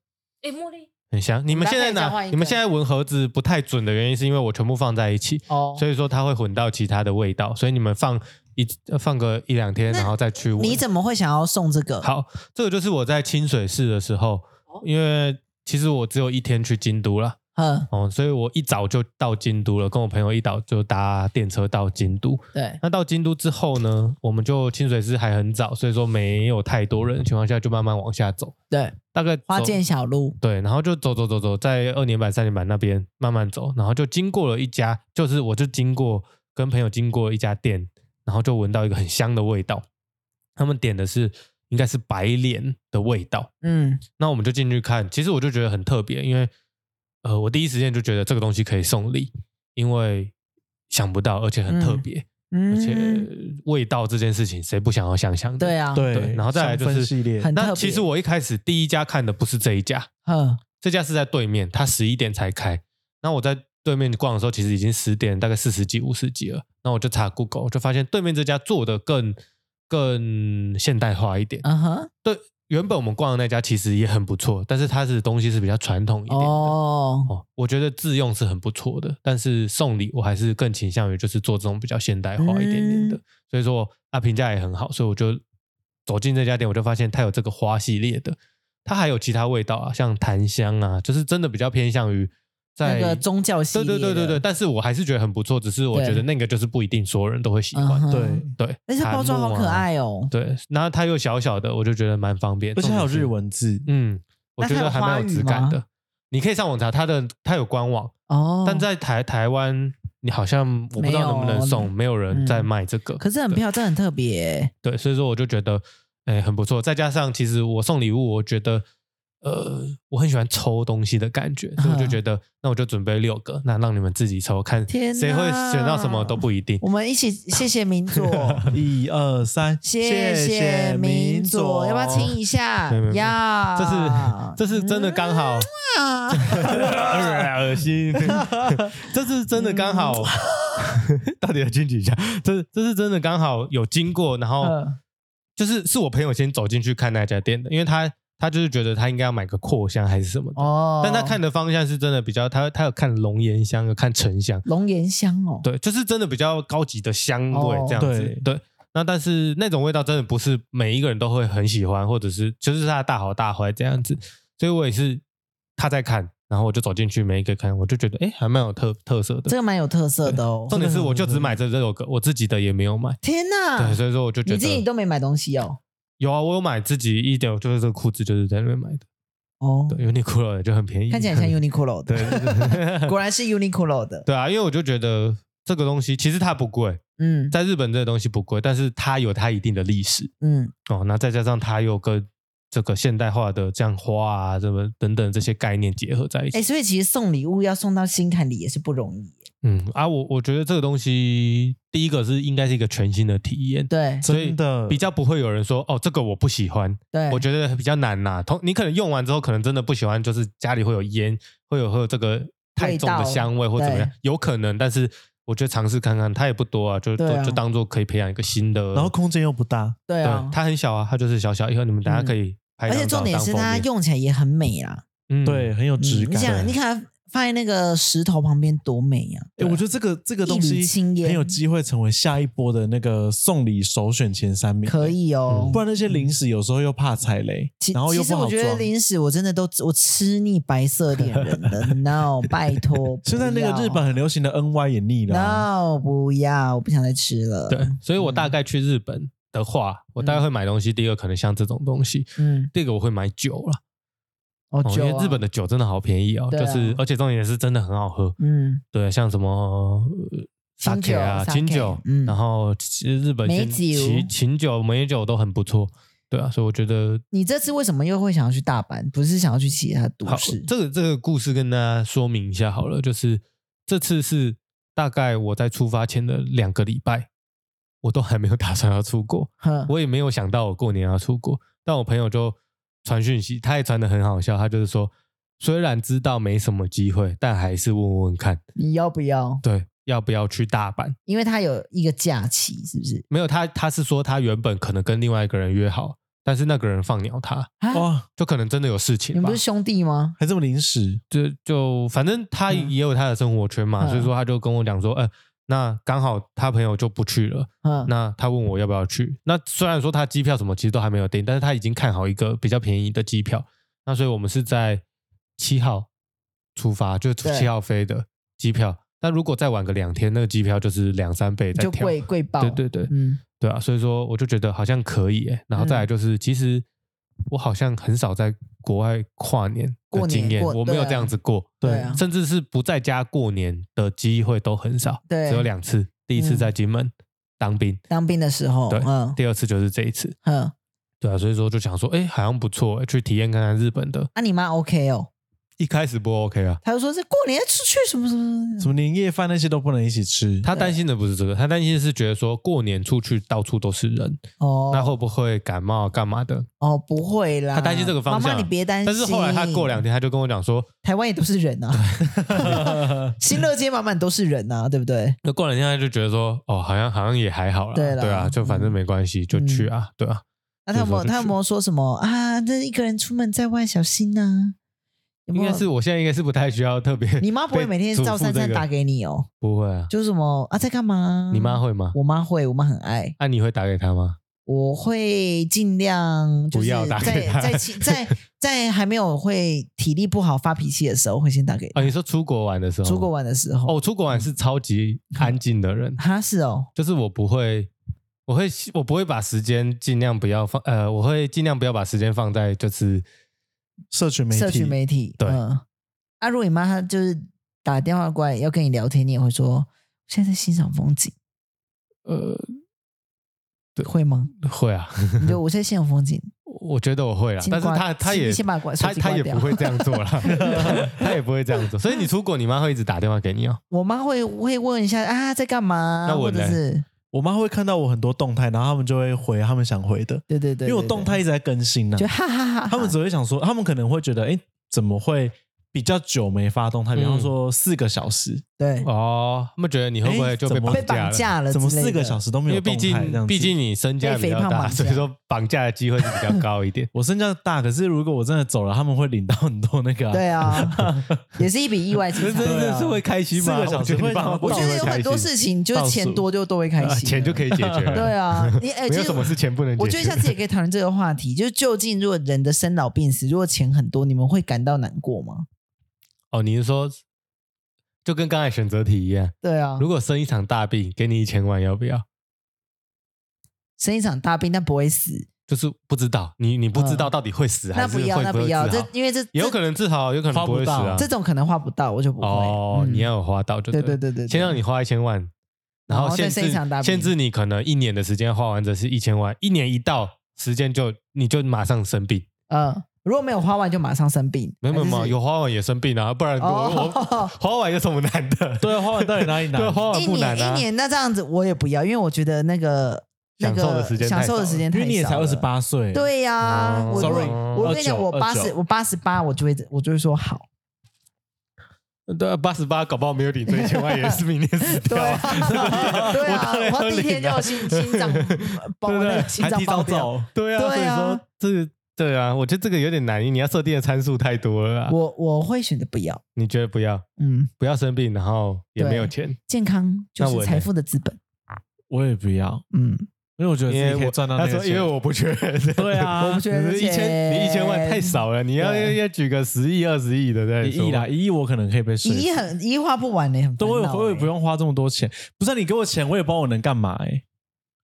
Speaker 3: 哎，诶茉莉，
Speaker 4: 很像。你们现在
Speaker 1: 搭配一下
Speaker 4: 拿
Speaker 1: 换一个
Speaker 4: 你们现在闻盒子不太准的原因，是因为我全部放在一起，
Speaker 1: 哦，
Speaker 4: 所以说它会混到其他的味道。所以你们放一呃放个一两天，
Speaker 1: 那
Speaker 4: 然后再去闻。
Speaker 1: 你怎么会想要送这个？，
Speaker 4: 好，这个就是我在清水市的时候，
Speaker 1: 哦
Speaker 4: 因为其实我只有一天去京都了。
Speaker 1: 嗯，
Speaker 4: 哦，所以我一早就到京都了，跟我朋友一早就搭电车到京都。
Speaker 1: 对，
Speaker 4: 那到京都之后呢，我们就清水寺还很早，所以说没有太多人的情况下，就慢慢往下走，
Speaker 1: 对，
Speaker 4: 大概
Speaker 1: 花
Speaker 4: 走
Speaker 1: 见小路，
Speaker 4: 对，然后就走走走走，在二年版、三年版那边慢慢走，然后就经过了一家，就是我就经过跟朋友经过一家店，然后就闻到一个很香的味道，他们点的是应该是白莲的味道，
Speaker 1: 嗯，
Speaker 4: 那我们就进去看，其实我就觉得很特别，因为呃，我第一时间就觉得这个东西可以送礼，因为想不到，而且很特别，而
Speaker 1: 嗯，
Speaker 4: 且味道这件事情谁不想要香香的？
Speaker 1: 对啊，，
Speaker 4: 对然后再来就是
Speaker 2: 香氛系列，
Speaker 1: 很特
Speaker 4: 那
Speaker 1: 别
Speaker 4: 其实我一开始第一家看的不是这一家，
Speaker 1: 嗯，
Speaker 4: 这家是在对面，它十一点才开。那我在对面逛的时候，其实已经十点，大概四十几、五十几了。那我就查 Google，我就发现对面这家做的更更现代化一点。
Speaker 1: 嗯哼，
Speaker 4: 对，原本我们逛的那家其实也很不错，但是它是东西是比较传统一点的。
Speaker 1: 哦，
Speaker 4: 哦，我觉得自用是很不错的，但是送礼我还是更倾向于就是做这种比较现代化一点点的，
Speaker 1: 嗯
Speaker 4: 所以说啊评价也很好，所以我就走进这家店，我就发现它有这个花系列的，它还有其他味道啊，像檀香啊，就是真的比较偏向于在
Speaker 1: 那个宗教系
Speaker 4: 对
Speaker 1: 列，
Speaker 4: 对对对对，，但是我还是觉得很不错，只是我
Speaker 1: 对
Speaker 4: 觉得那个就是不一定所有人都会喜欢，
Speaker 1: 嗯哼
Speaker 2: 对，
Speaker 4: 对，
Speaker 1: 而且它包装好可爱
Speaker 4: 哦，
Speaker 1: 哦，
Speaker 4: 对，然后它又小小的，我就觉得蛮方便，
Speaker 2: 而且还有
Speaker 4: 重点是
Speaker 2: 日文字，
Speaker 4: 嗯，我
Speaker 1: 那
Speaker 4: 觉
Speaker 1: 它
Speaker 4: 得
Speaker 1: 有
Speaker 4: 还蛮
Speaker 1: 花
Speaker 4: 有
Speaker 1: 语
Speaker 4: 质感
Speaker 1: 吗
Speaker 4: 的。你可以上网查它的，它有官网，
Speaker 1: 哦，
Speaker 4: 啊但在台台湾，你好像我不知道能不能
Speaker 1: 没
Speaker 4: 送，
Speaker 1: 有嗯
Speaker 4: 没有人在卖这个。
Speaker 1: 可是很漂亮，这很特别，
Speaker 4: 对，所以说我就觉得，哎、很不错。再加上其实我送礼物，我觉得，呃，我很喜欢抽东西的感觉，所以我
Speaker 1: 嗯
Speaker 4: 就觉得，那我就准备六个，那让你们自己抽，看
Speaker 1: 天
Speaker 4: 谁会
Speaker 1: 哪
Speaker 4: 选到什么都不一定。
Speaker 1: 我们一起谢谢明
Speaker 4: (laughs)
Speaker 1: 佐，
Speaker 2: 一二三，
Speaker 1: 谢
Speaker 2: 谢
Speaker 1: 明
Speaker 2: 佐，
Speaker 1: 佐，要不要亲一下
Speaker 4: 没有没有？没有
Speaker 1: 要，
Speaker 4: 这是这是真的刚好，
Speaker 1: 啊，
Speaker 4: 恶心，这是真的刚
Speaker 1: 嗯
Speaker 4: 好， (laughs) 到底要进去一下？这这是真的刚好有经过，然后
Speaker 1: 嗯
Speaker 4: 就是是我朋友先走进去看那家店的，因为他他就是觉得他应该要买个扩香还是什么
Speaker 1: (laughs)
Speaker 4: 的，
Speaker 1: 哦，
Speaker 4: 但他看的方向是真的比较，他他有看龙涎香，有看沉香，
Speaker 1: 龙涎香哦，
Speaker 4: 对，就是真的比较高级的香味
Speaker 1: 哦
Speaker 4: 这样子，
Speaker 2: 对
Speaker 4: 对。那但是那种味道真的不是每一个人都会很喜欢，或者是就是它的大好大坏这样子，所以我也是他在看，然后我就走进去每一个看，我就觉得哎、诶还蛮有特特色的
Speaker 1: 这。个蛮有特色的哦。
Speaker 4: 重点是我就只买这六个，我自己的也没有买，
Speaker 1: 天哪
Speaker 4: 对，，所以说我就
Speaker 1: 嗯
Speaker 4: 觉
Speaker 1: 你
Speaker 4: 得
Speaker 1: 自己都没买东西哦？
Speaker 4: 有啊，我有买自己一点，就是这个裤子就是在那边买的，
Speaker 1: 哦，
Speaker 4: 对，有点酷了，就很便宜，
Speaker 1: 看起来很像 Uniqlo
Speaker 4: 对
Speaker 1: 的，
Speaker 4: 对对对
Speaker 1: (laughs) 果然是 Uniqlo 的。
Speaker 4: (laughs) 对啊，因为我就觉得这个东西其实它不贵，
Speaker 2: (laughs)
Speaker 1: 嗯
Speaker 4: 在日本这个东西不贵，但是它有它一定的历史
Speaker 1: 嗯，
Speaker 4: 哦，那再加上它又跟这个现代化的这样花啊，什么等等这些概念结合在一起，
Speaker 1: 哎，所以其实送礼物要送到心坎里也是不容易耶。
Speaker 4: 嗯啊，我我觉得这个东西第一个是应该是一个全新的体验，
Speaker 1: 对
Speaker 4: 所以
Speaker 2: 真的
Speaker 4: 比较不会有人说哦这个我不喜欢，
Speaker 1: 对，
Speaker 4: 我觉得比较难呐、同你可能用完之后，可能真的不喜欢，就是家里会有烟，会有会有这个太重的香味或怎么样
Speaker 1: 对，
Speaker 4: 有可能。但是我觉得尝试看看，它也不多啊，就就、
Speaker 1: 对啊
Speaker 4: 就当做可以培养一个新的。
Speaker 2: 然后空间又不大，
Speaker 1: 对
Speaker 4: 对
Speaker 1: 啊，嗯
Speaker 4: 它很小啊，它就是小小，以后你们大家可以拍
Speaker 1: 而
Speaker 4: 张照、
Speaker 1: 且重点是
Speaker 4: 当封
Speaker 1: 它
Speaker 4: 面，
Speaker 1: 用起来也很美啦。
Speaker 4: 嗯
Speaker 2: 对，，很有
Speaker 1: 嗯
Speaker 2: 质
Speaker 1: 你想，
Speaker 2: 感。
Speaker 1: 你看放在那个石头旁边多美啊呀！
Speaker 2: 哎，我觉得这个这个东
Speaker 1: 一缕
Speaker 2: 西
Speaker 1: 青烟
Speaker 2: 很有机会成为下一波的那个送礼首选前三名，
Speaker 1: 可。以哦
Speaker 4: 嗯
Speaker 2: 不。然那些零食有时候又怕踩雷
Speaker 1: 其，
Speaker 2: 然后又
Speaker 1: 其实
Speaker 2: 不好
Speaker 1: 我觉得
Speaker 2: 装。
Speaker 1: 零食我真的都我吃腻白色恋人
Speaker 2: (laughs)
Speaker 1: 了，no，拜托。
Speaker 2: 现在那
Speaker 1: 不
Speaker 2: 个
Speaker 1: 要
Speaker 2: 日本很流行的 NY 也腻了啊，
Speaker 1: no，不要，我不想再吃了。
Speaker 4: 对，所以我
Speaker 1: 嗯
Speaker 4: 大概去日本的话，我大概会买东西。第一个可能像这种东西，
Speaker 1: 嗯，
Speaker 4: 第二个我会买酒啦，
Speaker 1: 哦，
Speaker 4: 哦
Speaker 1: 酒
Speaker 4: 因为日本
Speaker 1: 的，
Speaker 4: 的酒真的好便宜哦，
Speaker 1: 对啊
Speaker 4: 就是而且重点是真的很好喝。
Speaker 1: 嗯，
Speaker 4: 对，像什么呃
Speaker 1: 清
Speaker 4: sake 啊、
Speaker 1: 酒
Speaker 4: 清
Speaker 1: sake，
Speaker 4: 酒，
Speaker 1: 嗯
Speaker 4: 然后其实日本
Speaker 1: 美
Speaker 4: 现
Speaker 1: 酒
Speaker 4: 其琴酒、美酒都很不错，对啊，所以我觉得
Speaker 1: 你这次为什么又会想要去大阪？不是想要去其他都
Speaker 4: 好
Speaker 1: 市？。
Speaker 4: 这个这个故事跟大家说明一下好了，就是这次是大概我在出发前的两个礼拜，我都还没有打算要
Speaker 1: (laughs)
Speaker 4: 出国，
Speaker 1: 哼
Speaker 4: 我也没有想到我过年要出国，但我朋友就传讯息，他也传的很好笑，他就是说虽然知道没什么机会，但还是问问看，
Speaker 1: 你要不要？
Speaker 4: 对，要不要去大阪。
Speaker 1: 因为它有一个假期，是不是？
Speaker 4: 没有，他他是说他原本可能跟另外一个人约好，但是那个人放鸟他，
Speaker 1: 啊，
Speaker 2: 哇，
Speaker 4: 就可能真的有事
Speaker 1: 你
Speaker 4: 情
Speaker 1: 们
Speaker 4: 哦吧
Speaker 1: 不是。兄弟吗？
Speaker 2: 还这么临时，
Speaker 4: 就就反正他
Speaker 1: 嗯
Speaker 4: 也有他的生活圈嘛，
Speaker 1: 嗯
Speaker 4: 所以说他就跟我讲说，呃，那刚好他朋友就不去了，
Speaker 1: 嗯，
Speaker 4: 那他问我要不要去。那虽然说他机票什么其实都还没有订，但是他已经看好一个比较便宜的机票。那所以我们是在七号出发，就
Speaker 1: 对
Speaker 4: 七号飞的机票。但如果再晚个两天，那个机票就是两三倍在
Speaker 1: 就
Speaker 4: 跳。
Speaker 1: 贵贵爆，
Speaker 4: 对对对
Speaker 1: 嗯，
Speaker 4: 对啊！所以说我就觉得好像可以、欸。然后再来就是，其实我好像很少在国外跨年
Speaker 1: 过
Speaker 4: 的
Speaker 1: 年
Speaker 4: 经验，
Speaker 1: 过
Speaker 4: 我没有
Speaker 1: 对啊
Speaker 4: 这样子过。
Speaker 1: 对啊
Speaker 4: 甚至是不在家过年的机会都很少，
Speaker 1: 对
Speaker 4: 只有两次。第一次
Speaker 1: 嗯
Speaker 4: 在金门、当兵，
Speaker 1: 当兵的时候，
Speaker 4: 对
Speaker 1: 嗯
Speaker 4: 第二次就是这一次，
Speaker 1: 嗯，
Speaker 4: 对啊，所以说就想说，哎，好像不错，诶去体验看看日本的。
Speaker 1: 那你妈 OK 哦？
Speaker 4: 一开始不 OK 啊，
Speaker 1: 她就说这过年出去什么什么
Speaker 2: 什么年夜饭那些都不能一起吃，
Speaker 4: 他担心的不是这个，他担心是觉得说过年出去到处都是人，
Speaker 1: 哦，
Speaker 4: 那会不会感冒啊干嘛的？
Speaker 1: 哦不会啦，
Speaker 4: 他担心这个方向
Speaker 1: 妈妈你别担心。
Speaker 4: 但是后来他过两天他就跟我讲说，
Speaker 1: 台湾也都是人啊，
Speaker 4: (laughs)
Speaker 1: 新乐街满满都是人啊，对不对？
Speaker 4: 那过两天他就觉得说，哦，好像好像也还好啦，
Speaker 1: 对啦嗯
Speaker 4: 对啊，就反正没关系，就去啊，对啊，
Speaker 1: 那他有没有
Speaker 4: 就是说
Speaker 1: 他有没有说什么啊？这一个人出门在外小心呐、有
Speaker 4: 应
Speaker 1: 没有
Speaker 4: 该是我现在应该是不太需要特别，
Speaker 1: (laughs) 你妈不会每天照三餐打，给你哦，
Speaker 4: 不会啊，
Speaker 1: 就是什么啊在干嘛？
Speaker 4: 你妈？会吗？
Speaker 1: 我妈会，我妈很爱。
Speaker 4: 那你会打给他吗？
Speaker 1: 我会尽量就是
Speaker 4: 不要打
Speaker 1: 在
Speaker 4: 给他
Speaker 1: 在其在在还没有会体力不好发脾气的时候，会先打给
Speaker 4: 啊，你说出国玩的时候吗，
Speaker 1: 出国玩嗯的时候。
Speaker 4: 哦，出国玩是超级安静的人，
Speaker 1: 哈是哦，
Speaker 4: 就是我不会，我会我不会把时间尽量不要放，呃，我会尽量不要把时间放在就是
Speaker 2: 社群媒体，
Speaker 1: 社群媒体
Speaker 4: 对
Speaker 1: 嗯，啊，如果你妈她就是打电话过来要跟你聊天，你也会说现在在欣赏风景，
Speaker 4: 呃
Speaker 1: 会吗？
Speaker 4: 会啊，
Speaker 1: (laughs) 你就我在欣赏风景，
Speaker 4: 我觉得我会啊，
Speaker 1: 先
Speaker 4: 但是
Speaker 1: 挂
Speaker 4: 他他
Speaker 1: 先
Speaker 4: 也
Speaker 1: 先把关手
Speaker 4: 他
Speaker 1: 机
Speaker 4: 他
Speaker 1: 挂
Speaker 4: 也
Speaker 1: 掉
Speaker 4: 不会这样做
Speaker 1: (laughs)
Speaker 4: 啦，他也不会这样做，所以你出国，你妈会一直打电话给你哦，
Speaker 1: 我妈会会问一下啊在干嘛，
Speaker 4: 那我
Speaker 1: 或者
Speaker 4: 嘞
Speaker 1: 是
Speaker 2: 我妈会看到我很多动态，然后他们就会回他们想回的，
Speaker 1: 对对对，
Speaker 2: 因为我
Speaker 1: 对
Speaker 2: 动态一直在更新呢、
Speaker 1: 对就哈哈哈哈，
Speaker 2: (laughs) 他们只会想说，他们可能会觉得，哎，怎么会比较久没发动态？比方
Speaker 4: 嗯
Speaker 2: 说四个小时，
Speaker 1: 对
Speaker 4: 哦，他们觉得你会不会
Speaker 2: 哎
Speaker 4: 就被
Speaker 2: 怎么
Speaker 1: 被绑
Speaker 4: 架了？
Speaker 1: 架了之
Speaker 2: 怎
Speaker 1: 类的，
Speaker 2: 么四个小时都没
Speaker 4: 因
Speaker 2: 有
Speaker 4: 为
Speaker 2: 动态？
Speaker 4: 毕
Speaker 2: 这样
Speaker 4: 竟
Speaker 2: 子。
Speaker 4: 毕竟你身价
Speaker 1: 被
Speaker 4: 比
Speaker 1: 肥
Speaker 4: 较
Speaker 1: 胖
Speaker 4: 大，
Speaker 1: 绑架
Speaker 4: 所以说绑架的机会是比较高一点
Speaker 2: 我身价大，可是如果我真的走了，他们会领到很多那个、
Speaker 1: 对啊，也是一笔意外之
Speaker 4: 这
Speaker 1: 财。啊
Speaker 4: (laughs) 真的是会开心吗？
Speaker 2: 四个小时
Speaker 4: 我觉得
Speaker 2: 会
Speaker 4: 你爸妈
Speaker 2: 啊我
Speaker 1: 我觉
Speaker 2: 倒
Speaker 1: 得
Speaker 2: 会
Speaker 1: 有很多事情，就
Speaker 2: 倒
Speaker 1: 是
Speaker 2: 数
Speaker 1: 钱多就 (laughs) 都会开
Speaker 4: 啊
Speaker 1: 心，
Speaker 4: 钱就可
Speaker 1: 以。
Speaker 4: 以解决了。
Speaker 1: (laughs) 对啊，
Speaker 4: (laughs)
Speaker 1: 你哎，
Speaker 4: 没
Speaker 1: 其
Speaker 4: 有
Speaker 1: 实
Speaker 4: 什么是钱不能解决。
Speaker 1: 我觉得下次也可以讨论这个话题，就是究竟如果人的生老病死，如果钱很多，你们会感到难过吗？
Speaker 4: 哦，你是说就跟刚才选择题一样，
Speaker 1: 对啊
Speaker 4: 如，果生一场大病，给你一千万，要不要？
Speaker 1: 生一场大病但不会死，
Speaker 4: 就是不知道，你你不知道
Speaker 1: 嗯
Speaker 4: 到底会死
Speaker 1: 那
Speaker 4: 还是
Speaker 1: 不
Speaker 4: 会
Speaker 1: 要，那
Speaker 4: 不会
Speaker 1: 不
Speaker 4: 治
Speaker 1: 要，
Speaker 4: 好
Speaker 1: 这，因为这
Speaker 4: 也有可能治好，有可能
Speaker 2: 花不
Speaker 4: 不会死啊
Speaker 2: 到。
Speaker 1: 这这种可能花不到，我就不会。
Speaker 4: 哦，
Speaker 1: 嗯
Speaker 4: 你要有花到就
Speaker 1: 对对对
Speaker 4: 对
Speaker 1: 对，对
Speaker 4: 先让你花一千万，然
Speaker 1: 然后
Speaker 4: 后
Speaker 1: 再
Speaker 4: 限
Speaker 1: 生一
Speaker 4: 制
Speaker 1: 场大病
Speaker 4: 限制你可能一年的时间花完这是一千万，一年一到时间就你就马上生病，
Speaker 1: 呃，如果没有花完就马上生病，
Speaker 4: 没有没有
Speaker 1: 还是
Speaker 4: 没有，有花完也生病啊，不然
Speaker 1: (laughs)
Speaker 4: 我我
Speaker 1: 哦。
Speaker 4: 花完有什么难的？
Speaker 2: 对啊，花完到底哪里拿？
Speaker 4: 对，花完
Speaker 1: 一
Speaker 4: 不难
Speaker 1: 年
Speaker 4: 啊
Speaker 1: 一。年，那这样子我也不要，因为我觉得那个那个
Speaker 4: 享受的时间太
Speaker 1: 享
Speaker 4: 少
Speaker 1: 受的时间太
Speaker 2: 因
Speaker 1: 少
Speaker 2: 为
Speaker 1: 了，
Speaker 2: 你也才二十八岁，，
Speaker 1: 对呀、
Speaker 4: 哦
Speaker 1: 我如果
Speaker 2: Sorry，
Speaker 1: 我跟你讲，
Speaker 2: 29
Speaker 1: 我八十，
Speaker 2: 29
Speaker 1: 我八十八，我就会我就会说好。
Speaker 4: (laughs) 对，啊八十八，搞不好没有领这一千万，也是明年死掉啊。 (laughs)
Speaker 1: (laughs) 对
Speaker 4: 我当
Speaker 1: 啊，
Speaker 4: 然要
Speaker 1: 我第一天
Speaker 4: 领啊
Speaker 1: 就心 (laughs) 心脏爆，
Speaker 4: 对不对
Speaker 1: 那个心
Speaker 2: 还
Speaker 1: 脏
Speaker 2: 提
Speaker 1: 爆
Speaker 2: 早
Speaker 1: 掉。
Speaker 2: 走。
Speaker 4: 对啊，所
Speaker 1: 对
Speaker 4: 以
Speaker 1: 啊
Speaker 4: 说这个对啊，我觉得这个有点难，你要设定的参数太多了啊。
Speaker 1: 我我会选择不要，
Speaker 4: 你觉得不要
Speaker 1: 嗯，
Speaker 4: 不要生病，然后也
Speaker 1: 对
Speaker 4: 没有钱，
Speaker 1: 健康就
Speaker 4: 那我
Speaker 1: 是
Speaker 4: 呢
Speaker 1: 财富的资本，
Speaker 2: 我也不要，
Speaker 1: 嗯，
Speaker 2: 因为我觉得
Speaker 4: 因
Speaker 2: 自己可
Speaker 4: 为
Speaker 2: 以
Speaker 4: 我
Speaker 2: 赚到
Speaker 4: 他
Speaker 2: 那个
Speaker 4: 说
Speaker 2: 钱。
Speaker 4: 因为我不缺人，
Speaker 2: 对
Speaker 4: (laughs)
Speaker 2: 啊，
Speaker 1: 我不觉得
Speaker 4: 你一千
Speaker 1: 钱
Speaker 4: 你一千万太少了，你要要
Speaker 1: 对
Speaker 4: 要举个十亿二十亿的再
Speaker 2: 一亿
Speaker 4: 说。
Speaker 2: 啦，一亿我可能可以被
Speaker 1: 一
Speaker 2: 说服。
Speaker 1: 亿很一亿花不完呢、很
Speaker 2: 对，我也
Speaker 1: 烦恼
Speaker 2: 我也
Speaker 1: 欸
Speaker 2: 不，用花这么多钱。不是啊你给我钱，我也不知道我能干嘛哎。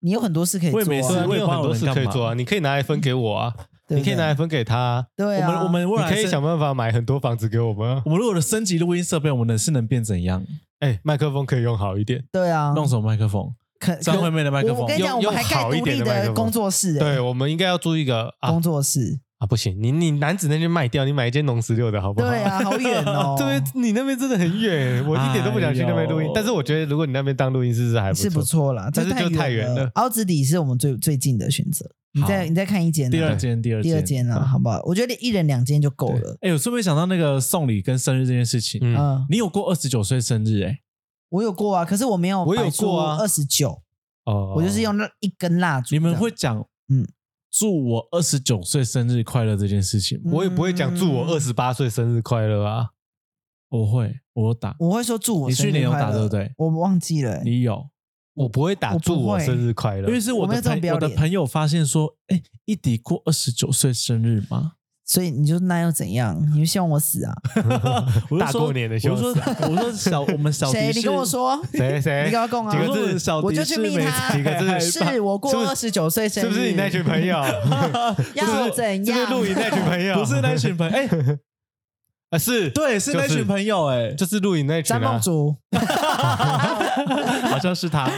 Speaker 1: 你有很多事可以做、啊，
Speaker 2: 我也没事
Speaker 4: 对啊，
Speaker 2: 我
Speaker 4: 你
Speaker 2: 也
Speaker 4: 有
Speaker 2: 不知道
Speaker 4: 很多
Speaker 2: 我能
Speaker 4: 事
Speaker 2: 干
Speaker 4: 可以
Speaker 2: 嘛
Speaker 4: 做啊，你可以拿来分给我
Speaker 2: (laughs)
Speaker 4: 啊，
Speaker 1: 对不
Speaker 4: 你可以拿来分给他啊，
Speaker 1: 对
Speaker 2: 我
Speaker 1: 啊，
Speaker 2: 们我们
Speaker 4: 你
Speaker 2: 未来
Speaker 4: 可以
Speaker 2: 是
Speaker 4: 想办法买很多房子给我们啊。
Speaker 2: 我们如果的升级录音设备，我们能是能变怎样？
Speaker 4: 哎，麦克风可以用好一点，
Speaker 1: 对啊，
Speaker 2: 弄什么麦克风？
Speaker 1: 可
Speaker 2: 张惠
Speaker 1: 可
Speaker 2: 妹的麦克
Speaker 1: 我
Speaker 2: 风
Speaker 1: 我跟你讲，我
Speaker 4: 用
Speaker 1: 们还盖
Speaker 4: 用好一
Speaker 1: 独
Speaker 4: 点
Speaker 1: 立
Speaker 4: 的麦克
Speaker 1: 的
Speaker 4: 风
Speaker 1: 工作室、欸，
Speaker 4: 对，我们应该要租一个啊
Speaker 2: 哦
Speaker 1: 工作室，
Speaker 4: (laughs) 啊，不行，你你男子那边卖掉，你买一间农十六的好不好？，
Speaker 1: 对啊，好远哦
Speaker 4: (laughs) 这边你那边真的很远，我一点都不想去那边录
Speaker 2: 哎
Speaker 4: 音
Speaker 2: 呦。
Speaker 4: 但是我觉得如果你那边当录音师是还不错，
Speaker 1: 是不错啦，
Speaker 4: 但是
Speaker 1: 这
Speaker 4: 就太远
Speaker 1: 了
Speaker 4: 了。
Speaker 1: 凹子底是我们最最近的选择，你再
Speaker 2: 好
Speaker 1: 你再看一间啊，
Speaker 2: 第二间，第二
Speaker 1: 第二间
Speaker 4: 嗯
Speaker 1: 啊，好不好？我觉得一人两间就够了。
Speaker 2: 哎、我顺便想到那个送礼跟生日这件事情，
Speaker 4: 嗯
Speaker 1: 嗯，
Speaker 2: 你有过二十九岁生日哎、
Speaker 1: 我有过啊，可是我没有，
Speaker 4: 我有过啊
Speaker 1: 二十九，
Speaker 4: 哦
Speaker 1: 我就是用那一根蜡烛这
Speaker 2: 你
Speaker 1: 样。
Speaker 2: 们会讲
Speaker 1: 嗯
Speaker 2: 嗯祝我二十九岁生日快乐这件事情吗？
Speaker 4: 我也不会讲祝我
Speaker 1: 嗯
Speaker 4: 二十八岁生日快乐啊。
Speaker 2: 我会，我打，
Speaker 1: 我会说祝我
Speaker 2: 你
Speaker 1: 生日
Speaker 2: 去年有
Speaker 1: 快
Speaker 2: 打
Speaker 1: 乐
Speaker 2: 对不对
Speaker 1: 我忘记了欸、
Speaker 2: 你有，
Speaker 4: 我不会打
Speaker 1: 我不
Speaker 4: 祝我
Speaker 1: 会
Speaker 4: 生日快乐，
Speaker 2: 因为是我
Speaker 1: 我没
Speaker 2: 的
Speaker 1: 有这么
Speaker 2: 朋
Speaker 1: 不要
Speaker 2: 我的
Speaker 1: 脸
Speaker 2: 朋友发现说，哎，一迪过二十九岁生日吗？
Speaker 1: 所以你就那又怎样？你就希望我死
Speaker 4: (laughs)
Speaker 1: 啊？
Speaker 2: 我就
Speaker 4: 大
Speaker 2: 说
Speaker 4: 过年的
Speaker 2: 我就
Speaker 4: 羞
Speaker 2: 说我说小我们小
Speaker 1: 谁？
Speaker 2: 迪
Speaker 1: 你
Speaker 2: 是
Speaker 1: 跟我
Speaker 4: (laughs)
Speaker 1: 说，
Speaker 4: 谁谁
Speaker 1: (laughs) 你跟我讲啊
Speaker 4: 哎几个
Speaker 2: 我
Speaker 4: 字
Speaker 2: 说小迪
Speaker 1: 我就去
Speaker 2: 是
Speaker 1: 密
Speaker 2: 没
Speaker 1: 他
Speaker 4: 几个字
Speaker 1: 是我过
Speaker 4: 是不是
Speaker 1: 二十九岁生日，
Speaker 4: 是不是你那群
Speaker 1: (laughs)
Speaker 4: 朋友？啊
Speaker 1: 要怎样？
Speaker 4: 是不是露营那群朋友？
Speaker 2: 不是那群朋 (laughs) 友，哎，
Speaker 4: 啊，是
Speaker 2: 对，是那群朋友，哎
Speaker 4: 友，就是露营那群
Speaker 1: 张梦
Speaker 4: 啊。
Speaker 1: 竹
Speaker 2: 好像是他，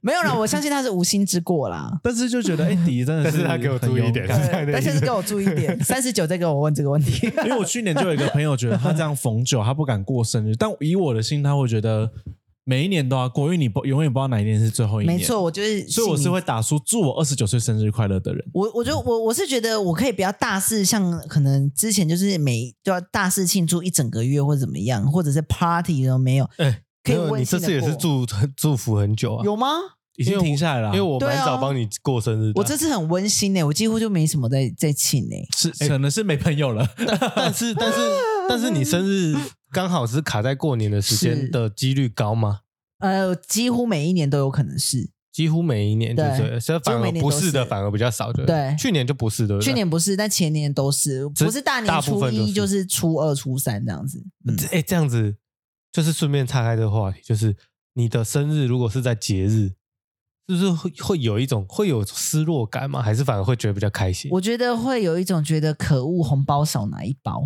Speaker 1: 没有啦，我相信他是无心之过
Speaker 4: (laughs)
Speaker 1: 啦。
Speaker 2: 但是就觉得哎，迪真的
Speaker 4: 但是他给我
Speaker 2: 很
Speaker 4: 注意一
Speaker 2: 勇
Speaker 4: 点
Speaker 2: 敢
Speaker 4: 是这样的
Speaker 1: 但
Speaker 4: 意思
Speaker 1: 是给我注意一
Speaker 4: (laughs)
Speaker 1: 点，三十九再给我问这个问题。
Speaker 2: 因为我去年就有一个朋友觉得他这样逢九，他不敢过生日，但以我的心态，会觉得每一年都要过，因为你不永远不知道哪一年是最后一年。
Speaker 1: 没，错，我就是，
Speaker 2: 所以我是会打出祝我二十九岁生日快乐的人。
Speaker 1: 我我就我我是觉得我可以不要大事，像可能之前就是每都要大事庆祝一整个月或者怎么样，或者是 party 都没有，
Speaker 4: 哎，
Speaker 1: (laughs) 可以
Speaker 4: 没有
Speaker 1: 温
Speaker 4: 你这
Speaker 1: 馨地
Speaker 4: 次也是
Speaker 1: 过
Speaker 4: 祝祝福很久啊，
Speaker 1: 有吗？
Speaker 2: 已经停下来了啊、
Speaker 4: 因为我
Speaker 1: 对
Speaker 4: 蛮
Speaker 1: 啊
Speaker 4: 早帮你过生日的啊。
Speaker 1: 我这次很温馨诶、欸我几乎就没什么在在庆欸诶、
Speaker 2: 是可能是没朋友了，
Speaker 4: 哎但是但是但是你
Speaker 1: (laughs)
Speaker 4: 生日刚好是卡在过年的时
Speaker 1: 是
Speaker 4: 间的几率高吗？
Speaker 1: 呃，几乎每一年都有可能是。
Speaker 4: 几乎每一年就
Speaker 1: 对
Speaker 4: 是这样，所以反
Speaker 1: 几乎每
Speaker 4: 而
Speaker 1: 年
Speaker 4: 不
Speaker 1: 都
Speaker 4: 是的
Speaker 1: 是
Speaker 4: 反而比较少，对不
Speaker 1: 对
Speaker 4: 去年就不是，对不对？
Speaker 1: 去年不是，但前年都是，
Speaker 4: 这
Speaker 1: 不是大
Speaker 4: 大
Speaker 1: 年
Speaker 4: 部
Speaker 1: 初
Speaker 4: 分
Speaker 1: 一
Speaker 4: 就
Speaker 1: 就是是初二、初三这样子。嗯，
Speaker 4: 这哎、这样子就是顺便岔开这个话题，就是你的生日如果是在节日，是不是会会有一种会有失落感吗？还是反而会觉得比较开心？
Speaker 1: 我觉得会有一种觉得可恶，红包少拿一包，